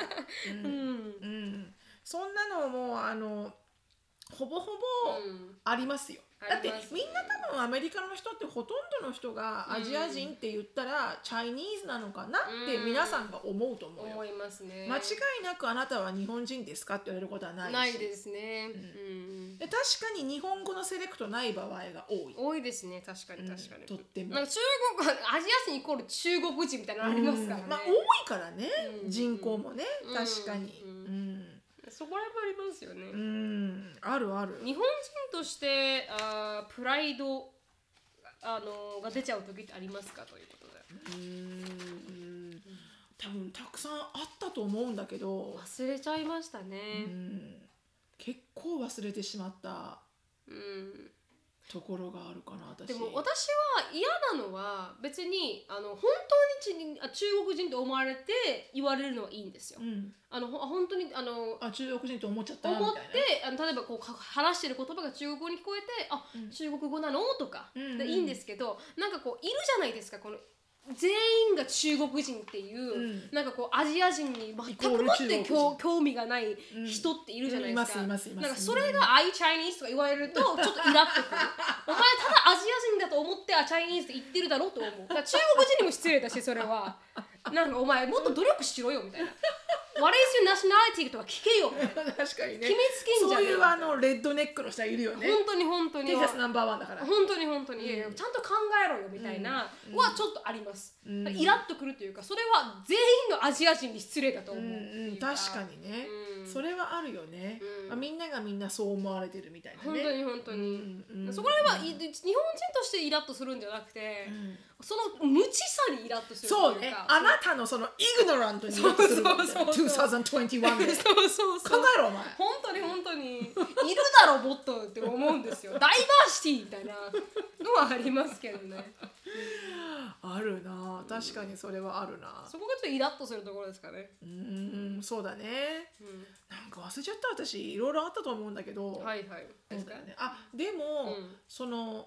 [SPEAKER 1] うん
[SPEAKER 2] うんそんなのもうあのほぼほぼ
[SPEAKER 1] うん
[SPEAKER 2] ありますよ、
[SPEAKER 1] あ
[SPEAKER 2] だって
[SPEAKER 1] ります
[SPEAKER 2] みんな多分アメリカの人ってほとんどの人がアジア人って言ったら、チャイニーズなのかなって皆さんが思うと思うよ、
[SPEAKER 1] 思いますね
[SPEAKER 2] 間違いなくあなたは日本人ですかって言われることはないし
[SPEAKER 1] ないですね、うん
[SPEAKER 2] で確かに日本語のセレクトない場合が多い
[SPEAKER 1] 多いですね確かに確かに、
[SPEAKER 2] とっても
[SPEAKER 1] なんか中国アジア人イコール中国人みたいなのありますからね、
[SPEAKER 2] うんまあ、多いからね、
[SPEAKER 1] うん
[SPEAKER 2] 人口もね、
[SPEAKER 1] うん
[SPEAKER 2] 確かに
[SPEAKER 1] う
[SPEAKER 2] うん、
[SPEAKER 1] そこら辺もありますよね、
[SPEAKER 2] うん、あるある
[SPEAKER 1] 日本人としてあープライドあのーが出ちゃう時ってありますかということで
[SPEAKER 2] うん多分たくさんあったと思うんだけど、
[SPEAKER 1] 忘れちゃいました
[SPEAKER 2] う
[SPEAKER 1] ね
[SPEAKER 2] ん、結構忘れてしまった
[SPEAKER 1] うん
[SPEAKER 2] ところがあるかな私
[SPEAKER 1] でも私は嫌なのは別にあの本当にちあ中国人と思われて言われるのはいいんですよ。
[SPEAKER 2] うん、
[SPEAKER 1] あのほ本当にあの
[SPEAKER 2] あ中国人と思っちゃったなみ
[SPEAKER 1] 思った
[SPEAKER 2] いな
[SPEAKER 1] てあの例えばこうか話してる言葉が中国語に聞こえて「あ、
[SPEAKER 2] うん
[SPEAKER 1] 中国語なの?」とか
[SPEAKER 2] うんうん
[SPEAKER 1] でいいんですけどなんかこういるじゃないですかこの全員が中国人っていう、
[SPEAKER 2] うん
[SPEAKER 1] なんかこうアジア人に全
[SPEAKER 2] イコー
[SPEAKER 1] く
[SPEAKER 2] ル
[SPEAKER 1] もっ
[SPEAKER 2] 中
[SPEAKER 1] て
[SPEAKER 2] 国人
[SPEAKER 1] 興興味がない人っているじゃないですか。
[SPEAKER 2] うんいますいますいます
[SPEAKER 1] なんかそれが「I Chinese」とか言われるとちょっとイラっとくるお前ただアジア人だと思って「あチャイニーズ」って言ってるだろうと思うだから中国人にも失礼だしそれはなんかお前もっと努力しろよみたいな「What is your nationality?」とか聞けよみたいな
[SPEAKER 2] 確かにね
[SPEAKER 1] 決めつけんじゃ
[SPEAKER 2] そう
[SPEAKER 1] ねえ
[SPEAKER 2] い
[SPEAKER 1] よ
[SPEAKER 2] うあのレッドネックの人はいるよね
[SPEAKER 1] 本当に本当に
[SPEAKER 2] テキサスナンバーワンだから
[SPEAKER 1] 本当に本当に、いやいやちゃんと考えろよみたいなはちょっとあります、
[SPEAKER 2] ん
[SPEAKER 1] イラッとくるというかそれは全員のアジア人に失礼だと
[SPEAKER 2] う
[SPEAKER 1] 思う、
[SPEAKER 2] んうん、確かにね、
[SPEAKER 1] うん
[SPEAKER 2] それはあるよね、
[SPEAKER 1] うん
[SPEAKER 2] まあ、みんながみんなそう思われてるみたいな
[SPEAKER 1] 本
[SPEAKER 2] ね
[SPEAKER 1] 当に本当に、
[SPEAKER 2] うんうん
[SPEAKER 1] そこら辺はい日本人としてイラッとするんじゃなくて、
[SPEAKER 2] ん
[SPEAKER 1] その無知さにイラッとするというか
[SPEAKER 2] そうねあなたのそのイグノラントによくするの
[SPEAKER 1] そうそうそうそう
[SPEAKER 2] 2021で
[SPEAKER 1] そうそうそ
[SPEAKER 2] 考
[SPEAKER 1] う
[SPEAKER 2] えろお前
[SPEAKER 1] 本当に本当にいるだろもっとって思うんですよダイバーシティみたいなのはありますけどね
[SPEAKER 2] あるな確かにそれはあるな
[SPEAKER 1] そこがちょっとイラッとするところですかね、
[SPEAKER 2] うんそうだね
[SPEAKER 1] う
[SPEAKER 2] なんか忘れちゃった私いろいろあったと思うんだけど、
[SPEAKER 1] ん、はいはい
[SPEAKER 2] そうだよねあでも、
[SPEAKER 1] うん
[SPEAKER 2] その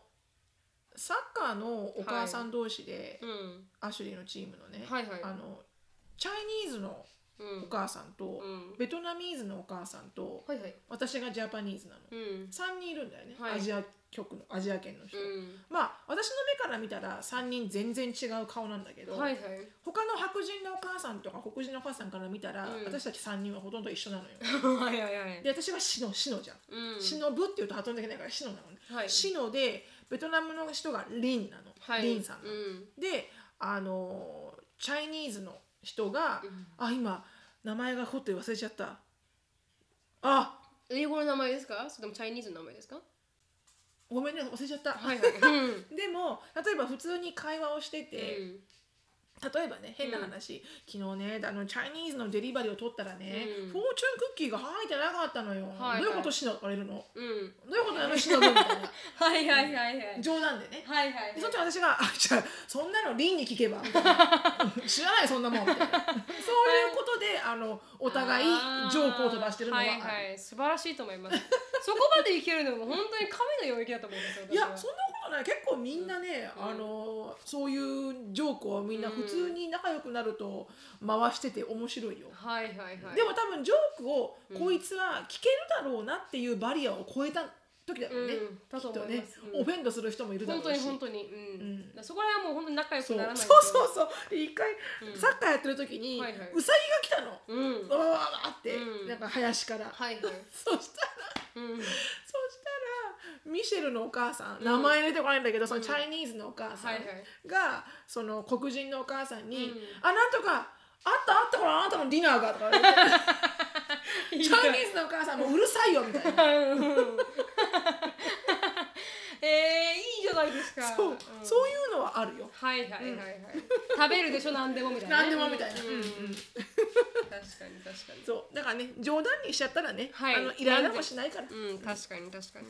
[SPEAKER 2] サッカーのお母さん同士で、
[SPEAKER 1] うん
[SPEAKER 2] アシュリーのチームのね、
[SPEAKER 1] はいはい
[SPEAKER 2] あのチャイニーズの
[SPEAKER 1] うん
[SPEAKER 2] お母さんと、
[SPEAKER 1] うん
[SPEAKER 2] ベトナミーズのお母さんと、
[SPEAKER 1] はいはい
[SPEAKER 2] 私がジャパニーズなの、
[SPEAKER 1] うん
[SPEAKER 2] 3人いるんだよね、
[SPEAKER 1] はい
[SPEAKER 2] アジア局のアジア圏の人、
[SPEAKER 1] う
[SPEAKER 2] まあ私の目から見たら3人全然違う顔なんだけど、
[SPEAKER 1] んはいはい
[SPEAKER 2] 他の白人のお母さんとか黒人のお母さんから見たら、
[SPEAKER 1] うん
[SPEAKER 2] 私たち3人はほとんど一緒なのよ
[SPEAKER 1] はいはいはい
[SPEAKER 2] で私がシノシノじゃん、
[SPEAKER 1] うん
[SPEAKER 2] シノブって言うと発音できないからシノなのね、
[SPEAKER 1] はい
[SPEAKER 2] シノでベトナムの人がリンなの、
[SPEAKER 1] はい
[SPEAKER 2] リンさんなの、
[SPEAKER 1] うん
[SPEAKER 2] であのーチャイニーズの人が、あ今名前がほって忘れちゃったあ
[SPEAKER 1] 英語の名前ですかそれともチャイニーズの名前ですか
[SPEAKER 2] ごめんね忘れちゃった、
[SPEAKER 1] はいはいうん
[SPEAKER 2] でも例えば普通に会話をしてて、
[SPEAKER 1] うん
[SPEAKER 2] 例えばね変な話、昨日ねあのチャイニーズのデリバリーを取ったらね、
[SPEAKER 1] うん
[SPEAKER 2] フォーチュンクッキーが入ってなかったのよ、
[SPEAKER 1] はいはい
[SPEAKER 2] どういうことしのばれるのど
[SPEAKER 1] うん
[SPEAKER 2] ういうことなのしのぶみたい
[SPEAKER 1] はいはいはいはい
[SPEAKER 2] な冗談でね
[SPEAKER 1] はいはい
[SPEAKER 2] でそっち私が「あじゃあそんなのリンに聞けば」みたい な知らないそんなもん」みたいなそういうことであのお互いジョークを飛ばしてるのはあ
[SPEAKER 1] あ
[SPEAKER 2] る
[SPEAKER 1] ーはいはい素晴らしいと思います そこまでいけるのも本当に神の領域だと思いますよ
[SPEAKER 2] いや
[SPEAKER 1] 私
[SPEAKER 2] そ
[SPEAKER 1] は
[SPEAKER 2] んなことない結構みんなね、
[SPEAKER 1] うん
[SPEAKER 2] あのそういうジョークをみんな普通に仲良くなると回してて面白いよ、
[SPEAKER 1] はいはいはい
[SPEAKER 2] でも多分ジョークを
[SPEAKER 1] うん
[SPEAKER 2] こいつは聞けるだろうなっていうバリアを超えた時だよね、
[SPEAKER 1] うんだ
[SPEAKER 2] き
[SPEAKER 1] と
[SPEAKER 2] っと
[SPEAKER 1] 思い
[SPEAKER 2] ね
[SPEAKER 1] ます、
[SPEAKER 2] オフェンドする人もいるだろ
[SPEAKER 1] 本当
[SPEAKER 2] う
[SPEAKER 1] に
[SPEAKER 2] し
[SPEAKER 1] 本当にう
[SPEAKER 2] うん
[SPEAKER 1] んだからそこら辺はもう本当に仲良く
[SPEAKER 2] そう
[SPEAKER 1] ならない
[SPEAKER 2] そう
[SPEAKER 1] と
[SPEAKER 2] そうそうで一回
[SPEAKER 1] うん
[SPEAKER 2] サッカーやってる時に、
[SPEAKER 1] はいはいう
[SPEAKER 2] さぎが来たの、
[SPEAKER 1] うん
[SPEAKER 2] わわわわって、
[SPEAKER 1] うん
[SPEAKER 2] なんか林から、
[SPEAKER 1] はいはい
[SPEAKER 2] そしたら
[SPEAKER 1] うん
[SPEAKER 2] そしたらミシェルのお母さん、
[SPEAKER 1] うん
[SPEAKER 2] 名前出てこないんだけどその
[SPEAKER 1] うん
[SPEAKER 2] チャイニーズのお母さん
[SPEAKER 1] は
[SPEAKER 2] が、
[SPEAKER 1] いはい
[SPEAKER 2] その黒人のお母さんに「
[SPEAKER 1] うん
[SPEAKER 2] あなんとかあったあったほらあなたのディナーが」とか言われ てチャイニーズのお母さんもうるさいよみたいな。
[SPEAKER 1] うんえー、いいじゃないですか
[SPEAKER 2] そう、
[SPEAKER 1] ん
[SPEAKER 2] そういうのはあるよ。
[SPEAKER 1] はいはいはいはい、食べるでしょ何でもみたいな
[SPEAKER 2] なん
[SPEAKER 1] ね、
[SPEAKER 2] でもみたいな。
[SPEAKER 1] うん
[SPEAKER 2] うんうん
[SPEAKER 1] 確かに確かに
[SPEAKER 2] そう、だからね、冗談にしちゃったらね、
[SPEAKER 1] はい
[SPEAKER 2] あのイライラもしないから。
[SPEAKER 1] うん、確かに確かに。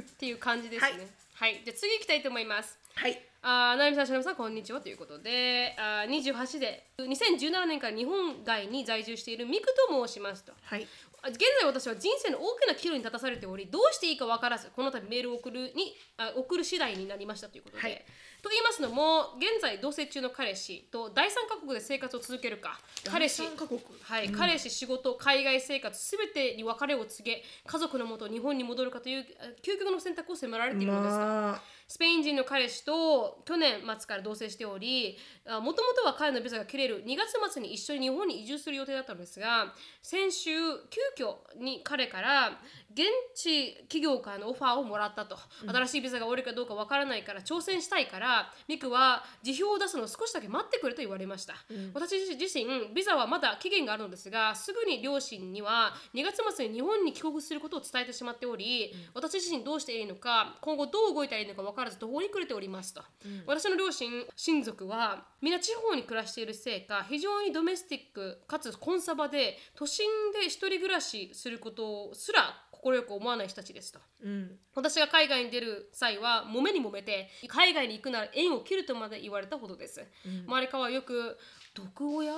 [SPEAKER 1] っていう感じですね。はい、じゃあ次行きたいと思います。
[SPEAKER 2] はい。
[SPEAKER 1] あーなるみさん、しのぶさん、こんにちはということで、あー28で、2017年から日本外に在住しているミクと申しますと。
[SPEAKER 2] はい。
[SPEAKER 1] あ現在私は人生の大きな岐路に立たされておりどうしていいか分からずこの度メールを送るにあ送る次第になりましたということで、
[SPEAKER 2] はい
[SPEAKER 1] と言いますのも現在同棲中の彼氏と第三カ国で生活を続けるか彼氏
[SPEAKER 2] 第三カ国。
[SPEAKER 1] はい、彼氏仕事海外生活すべてに別れを告げ家族のもと日本に戻るかというあ究極の選択を迫られているのです、
[SPEAKER 2] まあ、
[SPEAKER 1] スペイン人の彼氏と去年末から同棲しておりもともとは彼のビザが切れる2月末に一緒に日本に移住する予定だったのですが先週急遽に彼から現地企業からのオファーをもらったと、新しいビザが下りるかどうかわからないから挑戦したいからミクは辞表を出すのを少しだけ待ってくれと言われました、私自身ビザはまだ期限があるのですがすぐに両親には2月末に日本に帰国することを伝えてしまっており、私自身どうしていいのか今後どう動いたらいいのか分からず途方に暮れておりますと、私の両親親族は皆地方に暮らしているせいか非常にドメスティックかつコンサバで都心で一人暮らしすることすら快く思わない人たちですと。
[SPEAKER 2] うん。
[SPEAKER 1] 私が海外に出る際は揉めに揉めて海外に行くなら縁を切るとまで言われたほどです、
[SPEAKER 2] うん
[SPEAKER 1] 周りからはよく「毒親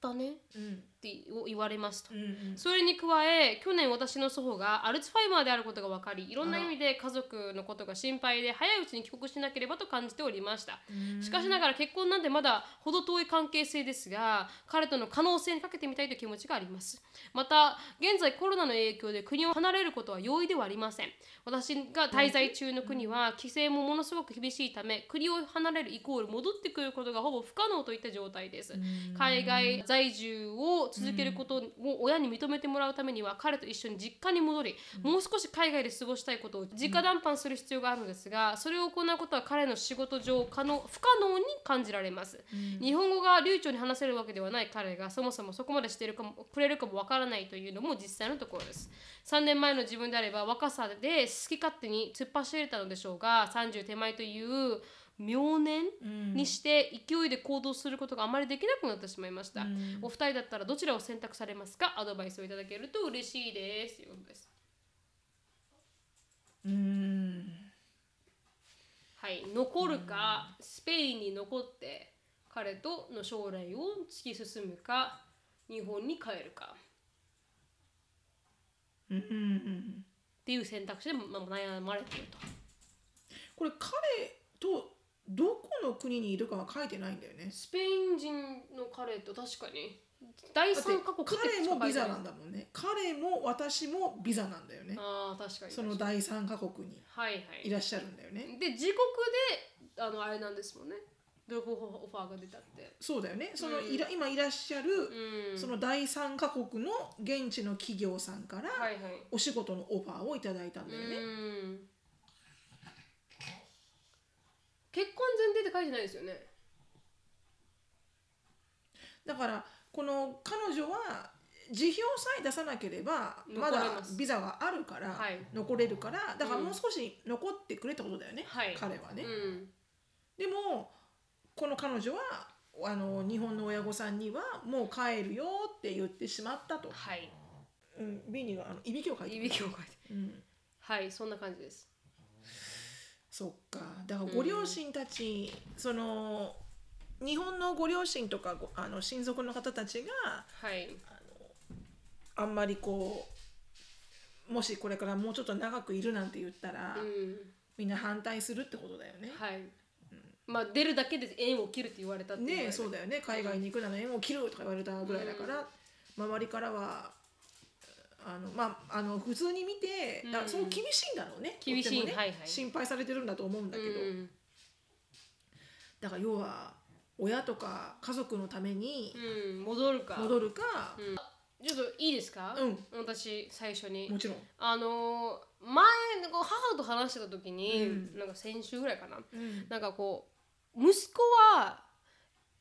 [SPEAKER 1] だね」っ
[SPEAKER 2] うん。
[SPEAKER 1] て言われますと
[SPEAKER 2] う、ん。
[SPEAKER 1] それに加え去年私の祖母がアルツハイマーであることが分かりいろんな意味で家族のことが心配で早いうちに帰国しなければと感じておりましたしかしながら結婚なんてまだ程遠い関係性ですが彼との可能性にかけてみたいという気持ちがありますまた現在コロナの影響で国を離れることは容易ではありません私が滞在中の国は規制もものすごく厳しいため国を離れるイコール戻ってくることがほぼ不可能といった状態です海外在住を続けることを親に認めてもらうためには彼と一緒に実家に戻りもう少し海外で過ごしたいことを直談判する必要があるのですがそれを行うことは彼の仕事上可能不可能に感じられます日本語が流暢に話せるわけではない彼がそもそもそこまでしてるかもくれるかもわからないというのも実際のところです3年前の自分であれば若さで好き勝手に突っ走れたのでしょうが30手前という妙年
[SPEAKER 2] うん
[SPEAKER 1] にして勢いで行動することがあまりできなくなってしまいました、
[SPEAKER 2] うん
[SPEAKER 1] お二人だったらどちらを選択されますかアドバイスをいただけると嬉しいですということです
[SPEAKER 2] うん。
[SPEAKER 1] はい残るか、スペインに残って彼との将来を突き進むか日本に帰るか
[SPEAKER 2] うんうん。
[SPEAKER 1] っていう選択肢で、まあ、悩まれていると
[SPEAKER 2] これ彼とどこの国にいるかは書いてないんだよね。
[SPEAKER 1] スペイン人の彼と確かに第
[SPEAKER 2] だって
[SPEAKER 1] 三カ国ってしか書い
[SPEAKER 2] 彼
[SPEAKER 1] てない
[SPEAKER 2] もビザなんだもんね。彼も私もビザなんだよね。
[SPEAKER 1] ああ確かに
[SPEAKER 2] その
[SPEAKER 1] 確か
[SPEAKER 2] 第三カ国に
[SPEAKER 1] にはいはい
[SPEAKER 2] らっしゃるんだよね。
[SPEAKER 1] いで自国であのあれなんですもんねドロップオファーが出たって
[SPEAKER 2] そうだよね。その
[SPEAKER 1] うん
[SPEAKER 2] いら、今いらっしゃる、
[SPEAKER 1] うん
[SPEAKER 2] その第三カ国の現地の企業さんから
[SPEAKER 1] はいはい
[SPEAKER 2] お仕事のオファーをいただいたんだよね。
[SPEAKER 1] うん結婚前提って書いてないですよね
[SPEAKER 2] だからこの彼女は辞表さえ出さなければまだ
[SPEAKER 1] 残れます
[SPEAKER 2] ビザがあるから
[SPEAKER 1] はい
[SPEAKER 2] 残れるからだから
[SPEAKER 1] うん
[SPEAKER 2] もう少し残ってくれってことだよね、
[SPEAKER 1] はい
[SPEAKER 2] 彼はね、
[SPEAKER 1] うん
[SPEAKER 2] でもこの彼女はあの日本の親御さんにはもう帰るよって言ってしまったと、
[SPEAKER 1] はい
[SPEAKER 2] うん、ビニーがあのいびきをかいて
[SPEAKER 1] い
[SPEAKER 2] る
[SPEAKER 1] びきをかいて
[SPEAKER 2] うん、
[SPEAKER 1] はいそんな感じです
[SPEAKER 2] そっかだからご両親たち、その日本のご両親とかごあの親族の方たちが
[SPEAKER 1] はい
[SPEAKER 2] あんまりこうもしこれからもうちょっと長くいるなんて言ったら、
[SPEAKER 1] う
[SPEAKER 2] みんな反対するってことだよね
[SPEAKER 1] ん。はいまあ出るだけで縁を切るって言われたっていう
[SPEAKER 2] ねえそう
[SPEAKER 1] だ
[SPEAKER 2] だよね海外に行くなら縁を切るとか言われたぐらいだから、周りからはあのまああの普通に見てだからそう厳しいんだろうね、
[SPEAKER 1] 厳しい
[SPEAKER 2] とってもね
[SPEAKER 1] はいはい
[SPEAKER 2] 心配されてるんだと思うんだけど、
[SPEAKER 1] うん
[SPEAKER 2] だから要は親とか家族のために
[SPEAKER 1] うん、戻るか
[SPEAKER 2] 戻るか、
[SPEAKER 1] ちょっといいですか、
[SPEAKER 2] うん
[SPEAKER 1] 私最初に
[SPEAKER 2] もちろん、
[SPEAKER 1] あのー前こう母と話してた時に、
[SPEAKER 2] うん
[SPEAKER 1] なんか先週ぐらいかななんかこう息子は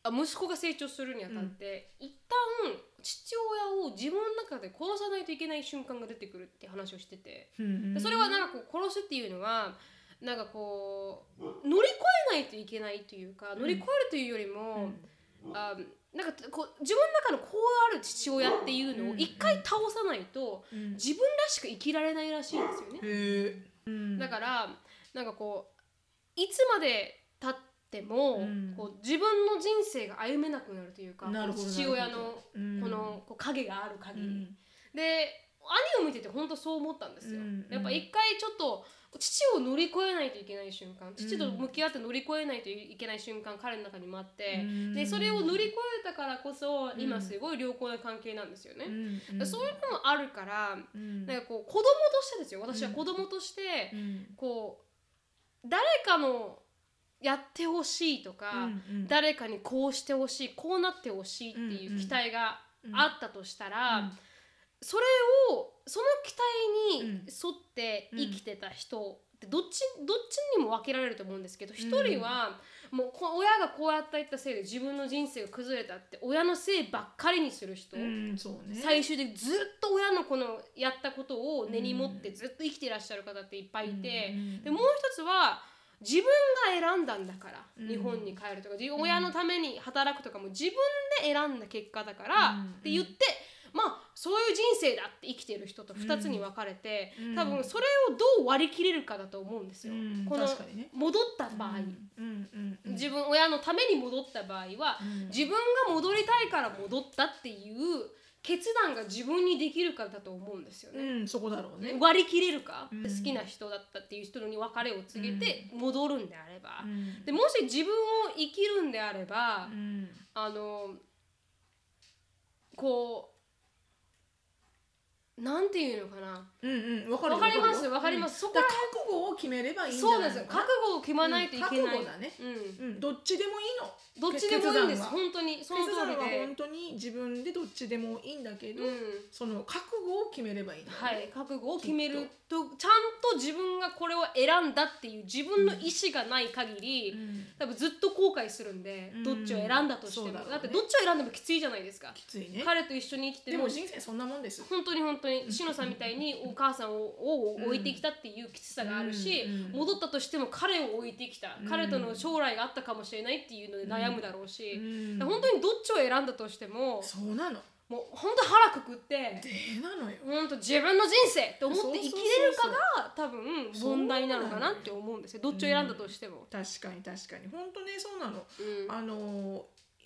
[SPEAKER 1] あ息子が成長するにあたって、一旦父親を自分の中で殺さないといけない瞬間が出てくるって話をしてて、
[SPEAKER 2] うん
[SPEAKER 1] でそれはなんかこう殺すっていうのはなんかこう乗り越えないといけないというか乗り越えるというよりも、あなんかこう自分の中のこうある父親っていうのを一回倒さないと
[SPEAKER 2] うん
[SPEAKER 1] 自分らしく生きられないらしいんですよね。
[SPEAKER 2] へえ、うん
[SPEAKER 1] だからなんかこういつまで経っても、
[SPEAKER 2] うん
[SPEAKER 1] こう自分の人生が歩めなくなるというか
[SPEAKER 2] なるほど
[SPEAKER 1] 父親のこ
[SPEAKER 2] うん
[SPEAKER 1] のこう影がある限り、
[SPEAKER 2] うん
[SPEAKER 1] で兄を見てて本当そう思ったんですよ、
[SPEAKER 2] うん
[SPEAKER 1] やっぱ一回ちょっと父を乗り越えないといけない瞬間父と向き合って乗り越えないといけない瞬間彼の中にもあって、
[SPEAKER 2] うん
[SPEAKER 1] でそれを乗り越えたからこそ
[SPEAKER 2] ん
[SPEAKER 1] 今すごい良好な関係なんですよね、
[SPEAKER 2] うん
[SPEAKER 1] だからそういうのもあるから
[SPEAKER 2] うん
[SPEAKER 1] なんかこう子供としてですよ私は子供として、
[SPEAKER 2] うん
[SPEAKER 1] こう誰かのやってほしいとか、
[SPEAKER 2] うん
[SPEAKER 1] 誰かにこうしてほしいこうなってほしいっていう期待があったとしたら、
[SPEAKER 2] うん
[SPEAKER 1] それをその期待に
[SPEAKER 2] うん
[SPEAKER 1] 沿って生きてた人ってどっちどっちにも分けられると思うんですけど一人はもうこ親がこうやって言ったせいで自分の人生が崩れたって親のせいばっかりにする人。
[SPEAKER 2] うんそうね
[SPEAKER 1] 最終でずっと親のこのやったことを根に持ってずっと生きてらっしゃる方っていっぱいいて、
[SPEAKER 2] うん
[SPEAKER 1] でもう一つは自分が選んだんだから、
[SPEAKER 2] うん
[SPEAKER 1] 日本に帰るとか自親のために働くとかも自分で選んだ結果だから、
[SPEAKER 2] うん
[SPEAKER 1] って言ってまあそういう人生だって生きてる人と2つに分かれて、
[SPEAKER 2] うん
[SPEAKER 1] 多分それをどう割り切れるかだと思うんですよ。
[SPEAKER 2] うん
[SPEAKER 1] この
[SPEAKER 2] 確かにね
[SPEAKER 1] 戻った場合、
[SPEAKER 2] うんうんうん
[SPEAKER 1] 自分親のために戻った場合は、
[SPEAKER 2] うん
[SPEAKER 1] 自分が戻りたいから戻ったっていう決断が自分にできるかだと思うんですよね。
[SPEAKER 2] うんそこだろうね
[SPEAKER 1] 割り切れるか、
[SPEAKER 2] うん
[SPEAKER 1] 好きな人だったっていう人に別れを告げて戻るんであれば、
[SPEAKER 2] うん
[SPEAKER 1] でもし自分を生きるんであれば、
[SPEAKER 2] うん
[SPEAKER 1] あのこうなんていうのかな
[SPEAKER 2] うんうんわかる
[SPEAKER 1] わかります
[SPEAKER 2] よ
[SPEAKER 1] わかります
[SPEAKER 2] う
[SPEAKER 1] そこ
[SPEAKER 2] んだ
[SPEAKER 1] ら
[SPEAKER 2] から覚悟を決めればいいんじ
[SPEAKER 1] そ
[SPEAKER 2] ゃ
[SPEAKER 1] うな
[SPEAKER 2] な
[SPEAKER 1] いんですよ
[SPEAKER 2] かな
[SPEAKER 1] 覚悟を決まないといけない、
[SPEAKER 2] うん覚悟だね
[SPEAKER 1] うん
[SPEAKER 2] うんどっちでもいいの
[SPEAKER 1] どっちでもいいんです
[SPEAKER 2] 決断は
[SPEAKER 1] 本当にその
[SPEAKER 2] 決断
[SPEAKER 1] 通
[SPEAKER 2] は
[SPEAKER 1] りで
[SPEAKER 2] 本当に自分でどっちでもいいんだけど
[SPEAKER 1] うん
[SPEAKER 2] その覚悟を決めればいいんだよね
[SPEAKER 1] はい、覚悟を決めるとちゃんと自分がこれを選んだっていう自分の意思がない限り、
[SPEAKER 2] うん
[SPEAKER 1] 多分ずっと後悔するんで、
[SPEAKER 2] うん
[SPEAKER 1] どっちを選んだとしても
[SPEAKER 2] そうだ
[SPEAKER 1] だ,、
[SPEAKER 2] ろうね
[SPEAKER 1] ってどっちを選んでもきついじゃないですか、
[SPEAKER 2] きついね
[SPEAKER 1] 彼と一緒に生きて
[SPEAKER 2] で
[SPEAKER 1] る
[SPEAKER 2] も人生そんなもんです
[SPEAKER 1] 本当に本当に志乃さんみたいにお母さんをを置いてきたっていうきつさがあるし、
[SPEAKER 2] うんうん
[SPEAKER 1] 戻ったとしても彼を置いてきた、
[SPEAKER 2] うん
[SPEAKER 1] 彼との将来があったかもしれないっていうので悩むだろうし、
[SPEAKER 2] うん
[SPEAKER 1] だから本当にどっちを選んだとしても
[SPEAKER 2] そうなの
[SPEAKER 1] もう本当腹くくって。
[SPEAKER 2] でなのよ
[SPEAKER 1] 本当自分の人生って思って生きれるかが多分
[SPEAKER 2] そう
[SPEAKER 1] 問題なのかなって思うんですよどっちを選んだとしても。
[SPEAKER 2] 確かに確かに本当ねそうなの
[SPEAKER 1] うん
[SPEAKER 2] あの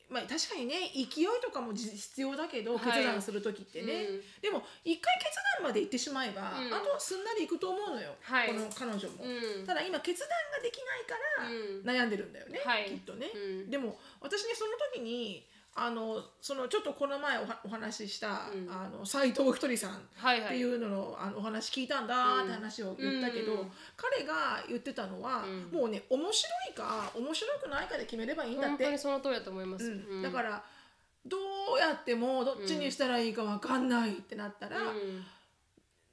[SPEAKER 2] まあ、確かにね勢いとかもじ必要だけど
[SPEAKER 1] はい
[SPEAKER 2] 決断する時ってね、
[SPEAKER 1] うん
[SPEAKER 2] でも一回決断まで行ってしまえば、
[SPEAKER 1] うん
[SPEAKER 2] あとはすんなりいくと思うのよ、
[SPEAKER 1] はい
[SPEAKER 2] この彼女も、
[SPEAKER 1] うん
[SPEAKER 2] ただ今決断ができない
[SPEAKER 1] うん
[SPEAKER 2] から悩んでるんだよね、
[SPEAKER 1] はい
[SPEAKER 2] きっとね、
[SPEAKER 1] うん
[SPEAKER 2] でも私ねその時にあのそのちょっとこの前おはお話しした、
[SPEAKER 1] うん
[SPEAKER 2] あの斉藤ひとりさん
[SPEAKER 1] はい
[SPEAKER 2] っ
[SPEAKER 1] は
[SPEAKER 2] て
[SPEAKER 1] い。
[SPEAKER 2] いうののあのお話聞いたんだって話を言ったけど、
[SPEAKER 1] うんうん
[SPEAKER 2] 彼が言ってたのは、
[SPEAKER 1] うん
[SPEAKER 2] もうね面白いか面白くないかで決めればいいんだっ
[SPEAKER 1] 本
[SPEAKER 2] て
[SPEAKER 1] 当にその通りだと思います。
[SPEAKER 2] うん、だからどうやってもどっちにしたらいいかわかんないってなったら、
[SPEAKER 1] らうん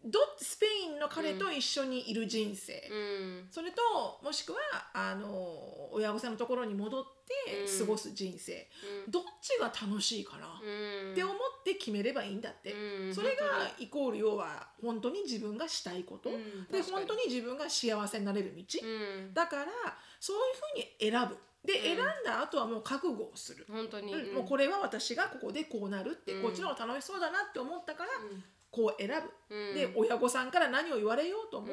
[SPEAKER 2] どスペインの彼と一緒にいる人生、
[SPEAKER 1] うん
[SPEAKER 2] それともしくはあの親御さんのところに戻って過ごす人生、どっちが楽しいかな、
[SPEAKER 1] うん
[SPEAKER 2] って思って決めればいいんだって、
[SPEAKER 1] うん
[SPEAKER 2] それがイコール要は本当に自分がしたいこと、
[SPEAKER 1] うん
[SPEAKER 2] で
[SPEAKER 1] 確かに
[SPEAKER 2] 本当に自分が幸せになれる道、
[SPEAKER 1] うん
[SPEAKER 2] だからそういうふうに選ぶで、
[SPEAKER 1] うん
[SPEAKER 2] 選んだ後はもう覚悟をする、
[SPEAKER 1] 本当に、
[SPEAKER 2] うんもうこれは私がここでこうなるって、
[SPEAKER 1] うん
[SPEAKER 2] こっちの方が楽しそうだなって思ったから
[SPEAKER 1] う
[SPEAKER 2] こう選ぶ、
[SPEAKER 1] んうん、
[SPEAKER 2] で親御さんから何を言われようとも、
[SPEAKER 1] うん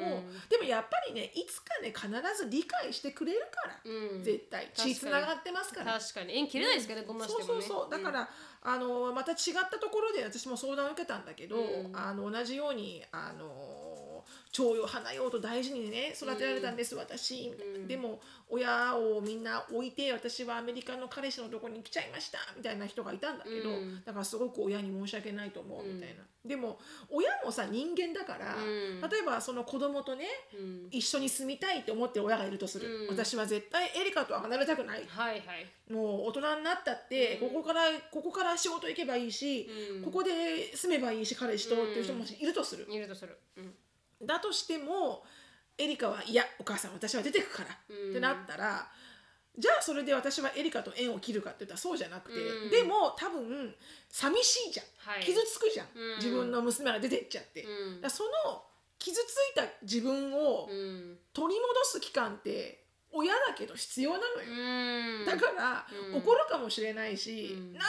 [SPEAKER 2] でもやっぱりねいつかね必ず理解してくれるから、
[SPEAKER 1] うん、
[SPEAKER 2] 絶対
[SPEAKER 1] 確かに
[SPEAKER 2] 血つながってますから。
[SPEAKER 1] 確かに縁切れないですけどね、どんな人
[SPEAKER 2] そ
[SPEAKER 1] も、
[SPEAKER 2] う
[SPEAKER 1] ね、
[SPEAKER 2] そうそうだから、あのまた違ったところで私も相談を受けたんだけど、
[SPEAKER 1] うん
[SPEAKER 2] あの同じようにあの徴用花用と大事にね育てられたんです、私みたいな、
[SPEAKER 1] うん
[SPEAKER 2] でも親をみんな置いて私はアメリカの彼氏のとこに来ちゃいましたみたいな人がいたんだけど、
[SPEAKER 1] うん
[SPEAKER 2] だからすごく親に申し訳ないと思うみたいな、でも親もさ人間だから、
[SPEAKER 1] うん
[SPEAKER 2] 例えばその子供とね
[SPEAKER 1] うん、うん
[SPEAKER 2] 一緒に住みたいと思ってる親がいるとする、
[SPEAKER 1] うん
[SPEAKER 2] 私は絶対エリカとは離れたくない
[SPEAKER 1] はいはい、
[SPEAKER 2] もう大人になったって、
[SPEAKER 1] うん
[SPEAKER 2] ここからここから仕事行けばいいし、
[SPEAKER 1] うん
[SPEAKER 2] ここで住めばいいし彼氏とっていう人もいるとする、
[SPEAKER 1] いるとする、うん
[SPEAKER 2] だとしてもエリカはいやお母さん私は出てくから、
[SPEAKER 1] うん
[SPEAKER 2] ってなったらじゃあそれで私はエリカと縁を切るかって言ったらそうじゃなくて、
[SPEAKER 1] うん
[SPEAKER 2] でも多分寂しいじゃん、
[SPEAKER 1] はい、
[SPEAKER 2] 傷つくじゃん、
[SPEAKER 1] うん
[SPEAKER 2] 自分の娘が出てっちゃって、だか
[SPEAKER 1] うん
[SPEAKER 2] らその傷ついた自分を
[SPEAKER 1] うん
[SPEAKER 2] 取り戻す期間って親だけど必要なの
[SPEAKER 1] う
[SPEAKER 2] よ、
[SPEAKER 1] ん、
[SPEAKER 2] だから、
[SPEAKER 1] うん
[SPEAKER 2] 怒るかもしれないし、
[SPEAKER 1] うん
[SPEAKER 2] なんでよ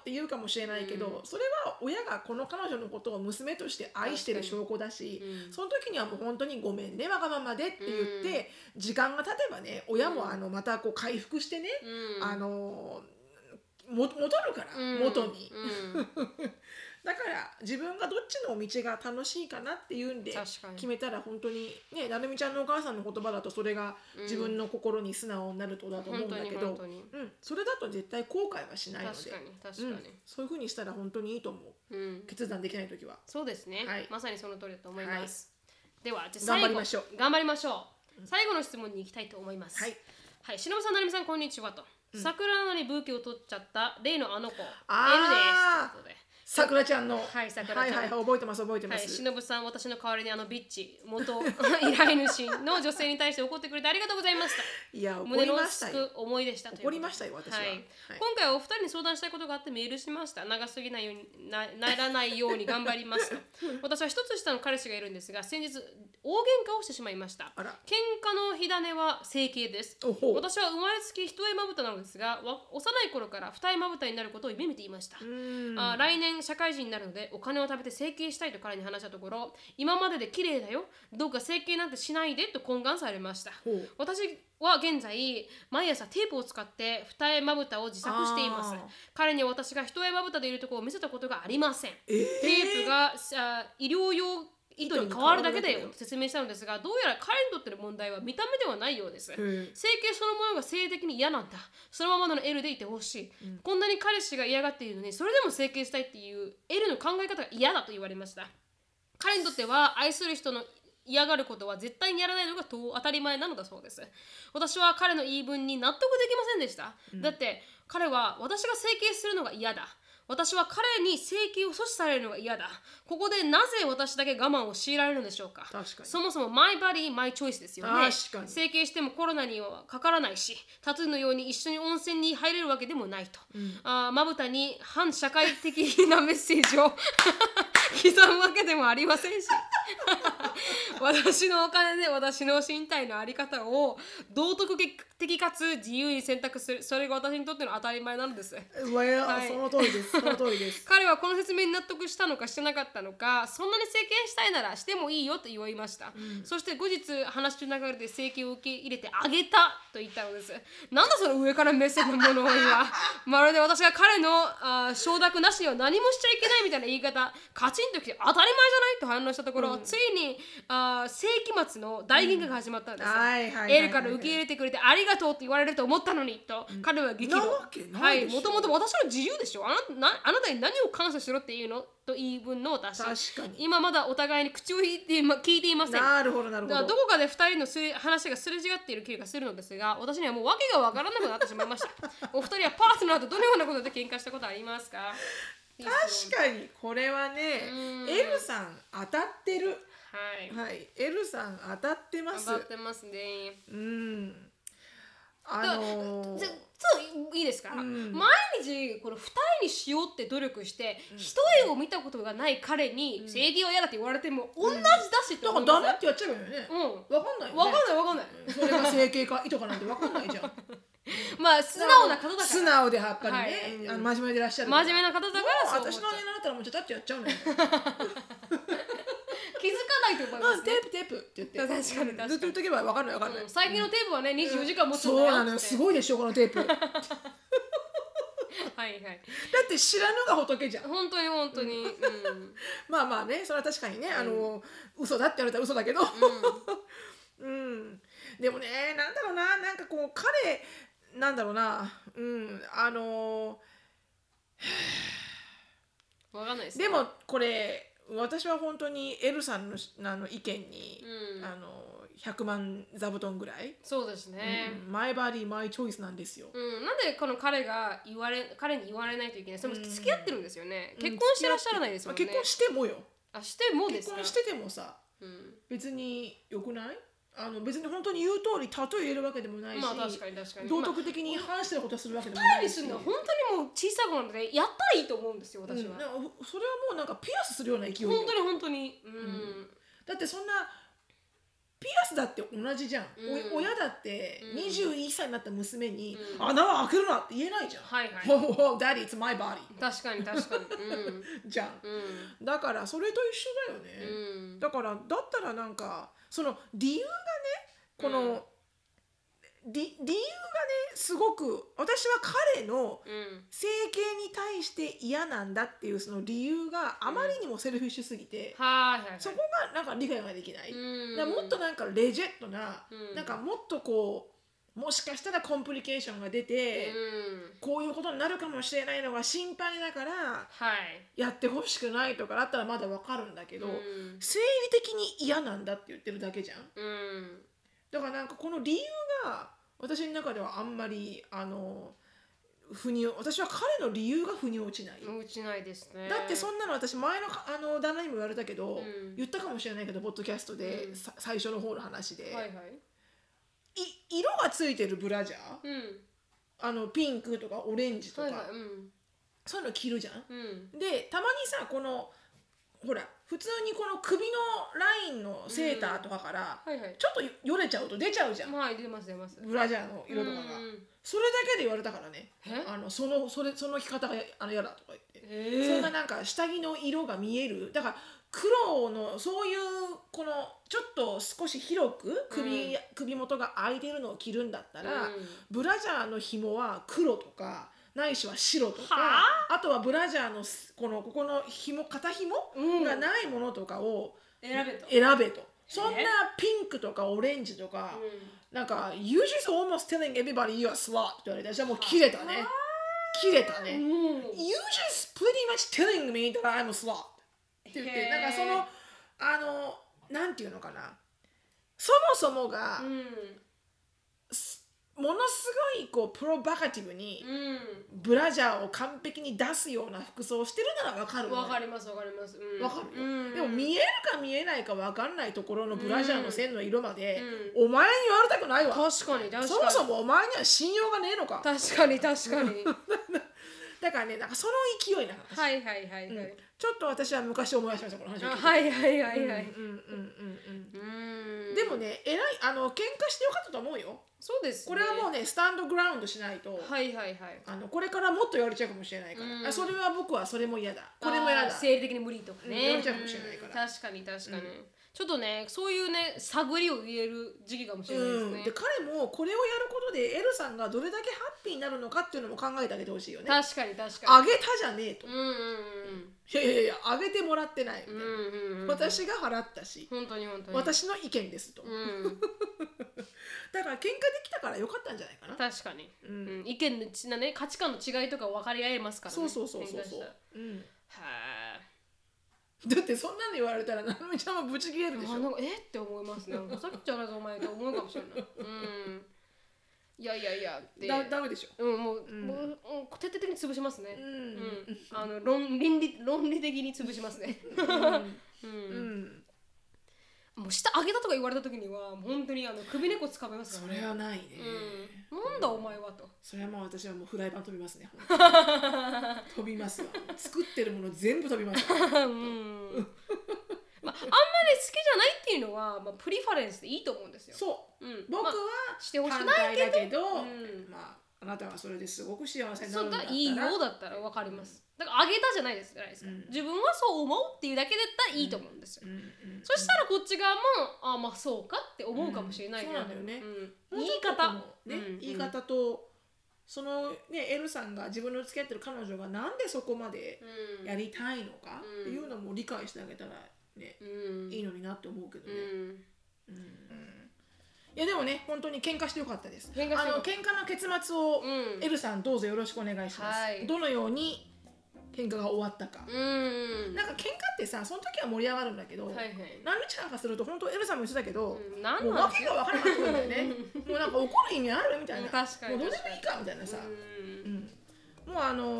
[SPEAKER 2] って言うかもしれないけど、
[SPEAKER 1] う
[SPEAKER 2] それは親がこの彼女のことを娘として愛してる証拠だし、
[SPEAKER 1] うん
[SPEAKER 2] その時にはもう本当にごめんねわがままでって言って、時間が経てばね親もあのまたこう回復してね、
[SPEAKER 1] うん、
[SPEAKER 2] あのも戻るから、
[SPEAKER 1] うん
[SPEAKER 2] 元に、
[SPEAKER 1] うん
[SPEAKER 2] だから自分がどっちの道が楽しいかなっていうんで
[SPEAKER 1] 確かに
[SPEAKER 2] 決めたら本当にねなるみちゃんのお母さんの言葉だとそれが
[SPEAKER 1] うん
[SPEAKER 2] 自分の心に素直になるとだと 思うんだけど、
[SPEAKER 1] 本当に本当
[SPEAKER 2] うん、それだと絶対後悔はしないので
[SPEAKER 1] 確かに確
[SPEAKER 2] う
[SPEAKER 1] か
[SPEAKER 2] ん、そういうふうにしたら本当にいいと思う
[SPEAKER 1] に、うん、
[SPEAKER 2] 決断できない時は。
[SPEAKER 1] そうですね、
[SPEAKER 2] はい
[SPEAKER 1] まさにその通りだと思います、ではじゃあ最
[SPEAKER 2] 頑
[SPEAKER 1] 後
[SPEAKER 2] 張りましょう
[SPEAKER 1] 頑張りましょう最後の質問に行きたいと思います
[SPEAKER 2] はい、
[SPEAKER 1] はい、しのぶさんなるみさんこんにちはと、桜なのにブーケを取っちゃった例のあの子 N です
[SPEAKER 2] あー
[SPEAKER 1] ということで
[SPEAKER 2] さくらちゃんの、
[SPEAKER 1] はいさくらちゃん
[SPEAKER 2] はいはいはい覚えてます覚えてま
[SPEAKER 1] はい、
[SPEAKER 2] す。
[SPEAKER 1] しのぶさん、私の代わりにあのビッチ、元 依頼主の女性に対して怒ってくれてありがとうございました。
[SPEAKER 2] い、や怒
[SPEAKER 1] 胸
[SPEAKER 2] り
[SPEAKER 1] の
[SPEAKER 2] ました
[SPEAKER 1] す
[SPEAKER 2] よ
[SPEAKER 1] く。思いでしたということで。
[SPEAKER 2] 怒りましたよ私は
[SPEAKER 1] はい
[SPEAKER 2] はい
[SPEAKER 1] 今回はお二人に相談したいことがあってメールしました。長すぎないようにな ならないように頑張り ますと。私は一つ下の彼氏がいるんですが、先日大喧嘩をしてしまいました。
[SPEAKER 2] あら
[SPEAKER 1] 喧嘩の火種は整形です。
[SPEAKER 2] おほう
[SPEAKER 1] 私は生まれつき一重まぶたなのですが、わ幼い頃から二重まぶたになることを夢見ていました。
[SPEAKER 2] うん
[SPEAKER 1] あー来年社会人になるのでお金を貯めて整形したいと彼に話したところ今までで綺麗だよどうか整形なんてしないでと懇願されました
[SPEAKER 2] ほう
[SPEAKER 1] 私は現在毎朝テープを使って二重まぶたを自作しています
[SPEAKER 2] あー
[SPEAKER 1] 彼には私が一重まぶたでいるところを見せたことがありません、
[SPEAKER 2] えー
[SPEAKER 1] テープがあー医療用糸に変わるだけだ
[SPEAKER 2] 糸に変わるだけだ
[SPEAKER 1] よ
[SPEAKER 2] よ
[SPEAKER 1] と説明したのですがどうやら彼にとっての問題は見た目ではないようです
[SPEAKER 2] うん
[SPEAKER 1] 整形そのものが性的に嫌なんだそのままの L でいてほしい、こんなに彼氏が嫌がっているのにそれでも整形したいっていう L の考え方が嫌だと言われました彼にとっては愛する人の嫌がることは絶対にやらないのが当当たり前なのだそうです私は彼の言い分に納得できませんでした、だって彼は私が整形するのが嫌だ私は彼に整形を阻止されるのが嫌だここでなぜ私だけ我慢を強いられるのでしょうか
[SPEAKER 2] 確かに
[SPEAKER 1] そもそもマイバディマイチョイスですよね
[SPEAKER 2] 確かに
[SPEAKER 1] 整形してもコロナにはかからないしタトゥーのように一緒に温泉に入れるわけでもないと、あーまぶたに反社会的なメッセージを 刻むわけでもありませんし 私のお金で私の身体の在り方を道徳的かつ自由に選択するそれが私にとっての当たり前なのです
[SPEAKER 2] Well
[SPEAKER 1] はい
[SPEAKER 2] その通りですその通 りです。
[SPEAKER 1] 彼はこの説明に納得したのかしてなかったのかそんなに整形したいならしてもいいよと言いました、そして後日話の流れで整形を受け入れてあげたと言ったのですなんだその上から目線のものを今 まるで私が彼のあー承諾なしには何もしちゃいけないみたいな言い方カチンときて当たり前じゃないと反応したところ、ついにあー世紀末の大喧嘩が始まったんです、
[SPEAKER 2] うんはいはいはいはい
[SPEAKER 1] エルから受け入れてくれてありがとうと言われると思ったのにと彼は激怒、
[SPEAKER 2] なわけ
[SPEAKER 1] は
[SPEAKER 2] ない
[SPEAKER 1] い
[SPEAKER 2] でしょ
[SPEAKER 1] もともと私の自由でしょあななあなたに何を感謝しろっていうのと言い分の私
[SPEAKER 2] 確かに
[SPEAKER 1] 今まだお互いに口を引いていま聞いていません
[SPEAKER 2] なるほどなるほ
[SPEAKER 1] だから
[SPEAKER 2] ど。
[SPEAKER 1] どこかで2人のすれ話がすれ違っている気がするのですが私にはもう訳 がわからなくなってしまいましたお二人はパートナーとどのようなことで喧嘩したことありますか
[SPEAKER 2] 確かにこれは
[SPEAKER 1] に
[SPEAKER 2] ね、
[SPEAKER 1] うん
[SPEAKER 2] L さん当たってる
[SPEAKER 1] はい
[SPEAKER 2] はい、L さん当たってます
[SPEAKER 1] 頑張ってますね
[SPEAKER 2] うん
[SPEAKER 1] だか
[SPEAKER 2] あ
[SPEAKER 1] ら
[SPEAKER 2] のー
[SPEAKER 1] じゃそういいですか、
[SPEAKER 2] うん
[SPEAKER 1] 毎日この二重にしようって努力して、
[SPEAKER 2] うん
[SPEAKER 1] 一重を見たことがない彼に
[SPEAKER 2] うん
[SPEAKER 1] 正義は嫌だって言われても同じだしって
[SPEAKER 2] だか
[SPEAKER 1] 思
[SPEAKER 2] ら
[SPEAKER 1] いませ
[SPEAKER 2] ダメってやっちゃえばいいよね
[SPEAKER 1] ん
[SPEAKER 2] わかんない
[SPEAKER 1] うん
[SPEAKER 2] よ
[SPEAKER 1] わか
[SPEAKER 2] ね
[SPEAKER 1] んないわかんない、
[SPEAKER 2] それが整形か糸かなんてわかんない じゃん
[SPEAKER 1] まあ素直な方だから
[SPEAKER 2] 素直でやっぱりね、
[SPEAKER 1] はい
[SPEAKER 2] あの真面目でいらっしゃる
[SPEAKER 1] 真面目
[SPEAKER 2] な
[SPEAKER 1] な方だからそう思っ
[SPEAKER 2] 私
[SPEAKER 1] ち
[SPEAKER 2] の
[SPEAKER 1] ゃう
[SPEAKER 2] 姉なったらもうちょっとってやっちゃう のよ
[SPEAKER 1] 気づかないと思いま
[SPEAKER 2] う
[SPEAKER 1] す
[SPEAKER 2] んテ
[SPEAKER 1] ね
[SPEAKER 2] ープテープって言って
[SPEAKER 1] 確かに確かに
[SPEAKER 2] ずっと言っとけばわかんないわかんない、
[SPEAKER 1] うん最近のテープはね24時間持つんだ
[SPEAKER 2] そうなの
[SPEAKER 1] よ
[SPEAKER 2] よ
[SPEAKER 1] って
[SPEAKER 2] すごいでしょこの テープだ
[SPEAKER 1] はいはい
[SPEAKER 2] って知らぬが仏じゃん
[SPEAKER 1] 本当に本当に、うんうん、
[SPEAKER 2] まあまあねそれは確かにねあの、嘘だって言われたら嘘だけどうん、でもねなんだろうななんかこう彼なんだろうなうんあの
[SPEAKER 1] わかんないです
[SPEAKER 2] でもこれ私は本当にエルさんのあの意見に、
[SPEAKER 1] うん
[SPEAKER 2] あの100万座布団ぐらい、
[SPEAKER 1] そうですね、
[SPEAKER 2] うんマイバディマイチョイスなんですよ、
[SPEAKER 1] うん、なんでこの彼が言われ彼に言われないといけないそれも
[SPEAKER 2] うん
[SPEAKER 1] 付き合ってるんですよね、結婚してらっしゃらないですもんね、
[SPEAKER 2] まあ結婚してもよ
[SPEAKER 1] あしてもです
[SPEAKER 2] 結
[SPEAKER 1] か
[SPEAKER 2] 婚しててもさ
[SPEAKER 1] うん、
[SPEAKER 2] 別によくないあの別に本当に言う通りタトゥー入れるわけでもないし、
[SPEAKER 1] まあ確かに確かに
[SPEAKER 2] 道
[SPEAKER 1] まあ
[SPEAKER 2] 徳的に反してることはするわけでも
[SPEAKER 1] 二
[SPEAKER 2] な
[SPEAKER 1] 重に
[SPEAKER 2] い
[SPEAKER 1] す
[SPEAKER 2] し
[SPEAKER 1] るのは本当にもう小さい子なのでやったらいいと思うんですよ私
[SPEAKER 2] うん
[SPEAKER 1] は、
[SPEAKER 2] なんかそれはもうなんかピアスするような勢いよ
[SPEAKER 1] 本当に本当にうん、
[SPEAKER 2] だってそんなピアスだって同じじゃん、
[SPEAKER 1] うん
[SPEAKER 2] お親だって
[SPEAKER 1] うん
[SPEAKER 2] 21歳になった娘に、
[SPEAKER 1] うん
[SPEAKER 2] 穴は開けるなって言えないじゃん
[SPEAKER 1] はい
[SPEAKER 2] 「
[SPEAKER 1] はい
[SPEAKER 2] ほうほうダディ it's my body
[SPEAKER 1] 確かに確かにうん」
[SPEAKER 2] じゃ
[SPEAKER 1] うんん
[SPEAKER 2] だからそれと一緒だよ
[SPEAKER 1] う
[SPEAKER 2] ね、
[SPEAKER 1] ん
[SPEAKER 2] だからだったらなんかその理由がねこの、
[SPEAKER 1] うん
[SPEAKER 2] り理由がねすごく私は彼の
[SPEAKER 1] うん
[SPEAKER 2] 整形に対して嫌なんだっていうその理由があまりにもセルフィッシュすぎて、
[SPEAKER 1] はいはいはい
[SPEAKER 2] そこがなんか理解ができない、
[SPEAKER 1] うん
[SPEAKER 2] だからもっとなんかレジェットな、
[SPEAKER 1] うん
[SPEAKER 2] なんかもっとこうもしかしたらコンプリケーションが出て、
[SPEAKER 1] うん
[SPEAKER 2] こういうことになるかもしれないのが心配だから
[SPEAKER 1] はい
[SPEAKER 2] やってほしくないとかだったらまだわかるんだけど、
[SPEAKER 1] うん
[SPEAKER 2] 生理的に嫌なんだって言ってるだけじゃん
[SPEAKER 1] うん
[SPEAKER 2] だからなんかこの理由が私の中ではあんまりあの腑に私は彼の理由が腑に落ちない、
[SPEAKER 1] 落ちないですね
[SPEAKER 2] だってそんなの私前のかあの旦那にも言われたけ
[SPEAKER 1] う
[SPEAKER 2] ど、
[SPEAKER 1] ん
[SPEAKER 2] 言ったかもしれないけどポッドキャストで、
[SPEAKER 1] うん
[SPEAKER 2] さ最初の方の話で、
[SPEAKER 1] はいはい
[SPEAKER 2] い色がついてるブラジャー
[SPEAKER 1] うん
[SPEAKER 2] あのピンクとかオレンジとか、
[SPEAKER 1] はいはいうん
[SPEAKER 2] そういうの着るじゃん。
[SPEAKER 1] うん
[SPEAKER 2] でたまにさこのほら普通にこの首のラインのセーターとかから、
[SPEAKER 1] はいはい
[SPEAKER 2] ちょっとよよれちゃうと出ちゃうじゃん、
[SPEAKER 1] はい出ます出ます
[SPEAKER 2] ブラジャーの色とかが、
[SPEAKER 1] うん
[SPEAKER 2] それだけで言われたからね
[SPEAKER 1] え
[SPEAKER 2] あのそのそれその着方があの嫌だとか言って、
[SPEAKER 1] え
[SPEAKER 2] そんななんか下着の色が見えるだから黒のそういうこのちょっと少し広く首,、
[SPEAKER 1] うん
[SPEAKER 2] 首元が開いてるのを着るんだったら、
[SPEAKER 1] うん
[SPEAKER 2] ブラジャーの紐は黒とかないしは白とか
[SPEAKER 1] は
[SPEAKER 2] あとはブラジャーのすこのここの紐肩紐
[SPEAKER 1] うん
[SPEAKER 2] がないものとかを
[SPEAKER 1] 選べと
[SPEAKER 2] 選べと、そんなピンクとかオレンジとか、なんか「You just almost telling everybody you're a slut」って言われて私はもう切れたね切れた
[SPEAKER 1] う
[SPEAKER 2] ね、
[SPEAKER 1] ん
[SPEAKER 2] You just pretty much telling me that I'm a slut って言っ
[SPEAKER 1] へ
[SPEAKER 2] て
[SPEAKER 1] ー
[SPEAKER 2] なんかそのあのなんていうのかなそもそもが、
[SPEAKER 1] うん
[SPEAKER 2] ものすごいこうプロバカティブに
[SPEAKER 1] うん
[SPEAKER 2] ブラジャーを完璧に出すような服装をしてるならわかる
[SPEAKER 1] わか
[SPEAKER 2] る
[SPEAKER 1] りますわかりますうん
[SPEAKER 2] わかるよ、
[SPEAKER 1] うん
[SPEAKER 2] でも見えるか見えないかわかんないところのブラジャーの線の色まで、お前に言われたくないわ
[SPEAKER 1] 確かに確かに
[SPEAKER 2] そもそもお前には信用がねえのか
[SPEAKER 1] 確かに確かに
[SPEAKER 2] だからねなんかその勢いな話、
[SPEAKER 1] はいはいはい
[SPEAKER 2] うん
[SPEAKER 1] はい
[SPEAKER 2] ちょっと私は昔思い出しましたこの話を
[SPEAKER 1] あ
[SPEAKER 2] 聞いて
[SPEAKER 1] はいはいはいはい
[SPEAKER 2] うんうんうんうん
[SPEAKER 1] うん
[SPEAKER 2] でもねえらいあの喧嘩してよかったと思うよ
[SPEAKER 1] そうです
[SPEAKER 2] これはもうねスタンドグラウンドしないと、
[SPEAKER 1] はいはいはい
[SPEAKER 2] あのこれからもっと言われちゃうかもしれないから、
[SPEAKER 1] うん
[SPEAKER 2] あそれは僕はそれも嫌だこれも嫌
[SPEAKER 1] あー
[SPEAKER 2] だ
[SPEAKER 1] 生理的に無理とか
[SPEAKER 2] うん
[SPEAKER 1] ね
[SPEAKER 2] 言われちゃうかもしれないから
[SPEAKER 1] うん確かに確かにちょっとねそういうね探りを入れる時期かもしれないです
[SPEAKER 2] うん、
[SPEAKER 1] ね
[SPEAKER 2] で彼もこれをやることでエルさんがどれだけハッピーになるのかっていうのも考えてあげてほしいよね。
[SPEAKER 1] 確かに確か
[SPEAKER 2] あげたじゃねえと。
[SPEAKER 1] にうんうん
[SPEAKER 2] いやいやいやあげてもらってないみ
[SPEAKER 1] うんうんうんう
[SPEAKER 2] たい
[SPEAKER 1] ん
[SPEAKER 2] な。私が払ったし、
[SPEAKER 1] 本当に本当に
[SPEAKER 2] 私の意見ですと。
[SPEAKER 1] うん
[SPEAKER 2] だから喧嘩できたからよかったんじゃないかな。
[SPEAKER 1] 確かに、
[SPEAKER 2] う
[SPEAKER 1] うんん、意見のちなね価値観の違いとか分かり合えますからね
[SPEAKER 2] そうそうそうそう
[SPEAKER 1] 喧嘩し
[SPEAKER 2] そ
[SPEAKER 1] たら
[SPEAKER 2] う。うん。
[SPEAKER 1] は
[SPEAKER 2] だってそんなの言われたらななみちゃんもブチ切れるでし
[SPEAKER 1] ああ
[SPEAKER 2] ょ。
[SPEAKER 1] なんかえって思いますねなんかさっきじゃないぞお前って思うかもしれないうんいやいやいやって
[SPEAKER 2] だダメでしょ
[SPEAKER 1] うんもう,、
[SPEAKER 2] うん
[SPEAKER 1] もうもう徹底的に潰します
[SPEAKER 2] う
[SPEAKER 1] ね、うん
[SPEAKER 2] ん
[SPEAKER 1] あの論倫理論理的に潰しますね、う
[SPEAKER 2] うんん
[SPEAKER 1] もう舌上げたとか言われた時にはもう本当にあの首根っこ掴めますか
[SPEAKER 2] そ
[SPEAKER 1] らね
[SPEAKER 2] れはないね
[SPEAKER 1] うん、なんだお前はと
[SPEAKER 2] それはまあ私はもうフライパン飛びますね 飛びますわ作ってるもの全部飛びますわ
[SPEAKER 1] うんまあ、あんまり好きじゃないっていうのは、まあ、プリファレンスでいいと思うんですよ。、
[SPEAKER 2] そう
[SPEAKER 1] ん、
[SPEAKER 2] う僕
[SPEAKER 1] ま
[SPEAKER 2] は
[SPEAKER 1] あしてほしく
[SPEAKER 2] 反
[SPEAKER 1] ない
[SPEAKER 2] 対
[SPEAKER 1] けど、
[SPEAKER 2] だけど
[SPEAKER 1] うん
[SPEAKER 2] まああなたはそれですごく幸せにな
[SPEAKER 1] そ
[SPEAKER 2] る
[SPEAKER 1] うん
[SPEAKER 2] だっ
[SPEAKER 1] が
[SPEAKER 2] たら
[SPEAKER 1] いいようだったらわかります。だからあげたじゃないですじゃないですか、
[SPEAKER 2] うん
[SPEAKER 1] 自分はそう思うっていうだけだったらいいと思うんですよ。
[SPEAKER 2] うんうん
[SPEAKER 1] そしたらこっち側もあまあそうかって思うかもしれない
[SPEAKER 2] うんそうなんだよね
[SPEAKER 1] うん言い方
[SPEAKER 2] もうちょっともうね
[SPEAKER 1] うん
[SPEAKER 2] 言い方とそのね L さんが自分の付き合ってる彼女がなんでそこまで
[SPEAKER 1] うん
[SPEAKER 2] やりたいのか
[SPEAKER 1] うん
[SPEAKER 2] っていうのも理解してあげたらね
[SPEAKER 1] うん
[SPEAKER 2] いいのになって思うけど
[SPEAKER 1] う
[SPEAKER 2] ね、
[SPEAKER 1] ん
[SPEAKER 2] うんいやでもね本当に喧嘩してよかったです
[SPEAKER 1] 喧嘩し
[SPEAKER 2] あ
[SPEAKER 1] てよか
[SPEAKER 2] の
[SPEAKER 1] った
[SPEAKER 2] 喧嘩の結末を
[SPEAKER 1] うん
[SPEAKER 2] L さんどうぞよろしくお願いします、
[SPEAKER 1] はい
[SPEAKER 2] どのように喧嘩が終わったか、
[SPEAKER 1] うん
[SPEAKER 2] なんか喧嘩ってさその時は盛り上がるんだけど、
[SPEAKER 1] はいはい
[SPEAKER 2] 何日間かすると本当エルさんも言ってたけど、
[SPEAKER 1] うん何
[SPEAKER 2] もう
[SPEAKER 1] なんです
[SPEAKER 2] 訳が分からなくなるんだよねもうなんか怒る意味あるみたいな
[SPEAKER 1] うん確かに
[SPEAKER 2] もうどうでもいいかみたいなさ、
[SPEAKER 1] うん
[SPEAKER 2] うんもうあのー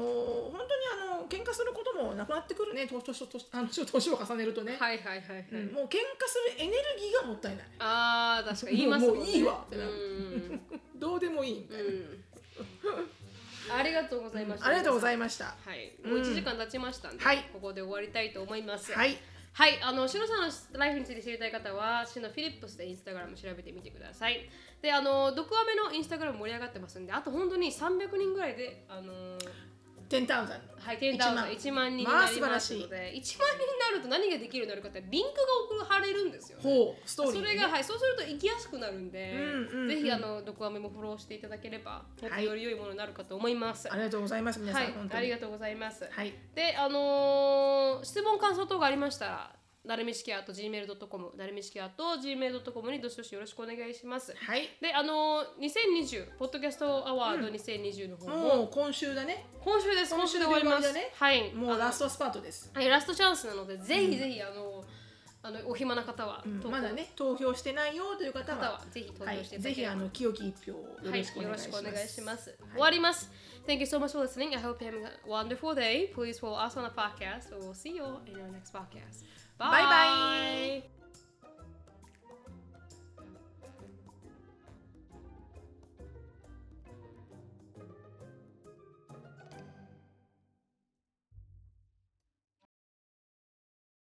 [SPEAKER 2] 本当にあの喧嘩することもなくなってくるね年年年あのちょっと年を重ねるとね、
[SPEAKER 1] はいはいはいはい、
[SPEAKER 2] うんもう喧嘩するエネルギーがもったいない
[SPEAKER 1] あー確かに言います
[SPEAKER 2] もういいわって
[SPEAKER 1] うん
[SPEAKER 2] な
[SPEAKER 1] う
[SPEAKER 2] る
[SPEAKER 1] ん
[SPEAKER 2] どうでもいいみたいな、
[SPEAKER 1] うん、ありがとうございました、
[SPEAKER 2] ありがとうござ
[SPEAKER 1] い
[SPEAKER 2] いました
[SPEAKER 1] ますはい、もう1時間経ちましたんで、
[SPEAKER 2] はい
[SPEAKER 1] ここで終わりたいと思います
[SPEAKER 2] はい
[SPEAKER 1] はい、あの、シノさんのライフについて知りたい方は、シノフィリップスでインスタグラム調べてみてください。で、あの、毒アメのインスタグラム盛り上がってますんで、あと本当に300人ぐらいで、あの、
[SPEAKER 2] 10,000
[SPEAKER 1] はい、テンダ
[SPEAKER 2] 1万
[SPEAKER 1] 1万人になり
[SPEAKER 2] まあ
[SPEAKER 1] ま
[SPEAKER 2] 素
[SPEAKER 1] す
[SPEAKER 2] 晴らしい
[SPEAKER 1] ので、1万人になると何ができるようになるかって、リンクが送られるんですよ、ね。
[SPEAKER 2] ほうストーリー
[SPEAKER 1] そ
[SPEAKER 2] ね
[SPEAKER 1] れが、はい、そうすると行きやすくなるんで、
[SPEAKER 2] うんうん
[SPEAKER 1] ぜ
[SPEAKER 2] うん
[SPEAKER 1] ひあの毒アメもフォローしていただければ、もっと
[SPEAKER 2] はい
[SPEAKER 1] より良いものになるかと思います。
[SPEAKER 2] ありがとうございます皆さん、
[SPEAKER 1] はい
[SPEAKER 2] 本、当
[SPEAKER 1] あ
[SPEAKER 2] に
[SPEAKER 1] りがとうございます。
[SPEAKER 2] はい
[SPEAKER 1] で、あのー質問感想等がありましたら、なるみしきあと gmail.com、なるみしきあと gmail.com にどしどしよろしくお願いします。
[SPEAKER 2] はい
[SPEAKER 1] で、あのー、2020、ポッドキャストアワード2020の方も、
[SPEAKER 2] もう今週だね
[SPEAKER 1] 今週です、今週で終わります。
[SPEAKER 2] 今週で
[SPEAKER 1] はい、
[SPEAKER 2] もうラ
[SPEAKER 1] あ
[SPEAKER 2] ストスパートです、
[SPEAKER 1] のはい、ラストチャンスなので、ぜひぜひ、あのあの、お暇な方は、
[SPEAKER 2] うん
[SPEAKER 1] 投稿
[SPEAKER 2] まだね投票してないよという方は
[SPEAKER 1] 方はぜひ投
[SPEAKER 2] は
[SPEAKER 1] 票
[SPEAKER 2] い、
[SPEAKER 1] していただ
[SPEAKER 2] ぜ
[SPEAKER 1] け
[SPEAKER 2] ひ
[SPEAKER 1] れば
[SPEAKER 2] あの清き一票をよ
[SPEAKER 1] はい、
[SPEAKER 2] ろしくお
[SPEAKER 1] よろ
[SPEAKER 2] 願い
[SPEAKER 1] し
[SPEAKER 2] し
[SPEAKER 1] く
[SPEAKER 2] ま
[SPEAKER 1] お
[SPEAKER 2] す。
[SPEAKER 1] 願いします。
[SPEAKER 2] はい
[SPEAKER 1] 終わります。Thank you so much for listening. I hope you're having a wonderful day. Please follow us on the podcast. We'll see you in our next podcast.
[SPEAKER 2] Bye bye.
[SPEAKER 1] bye.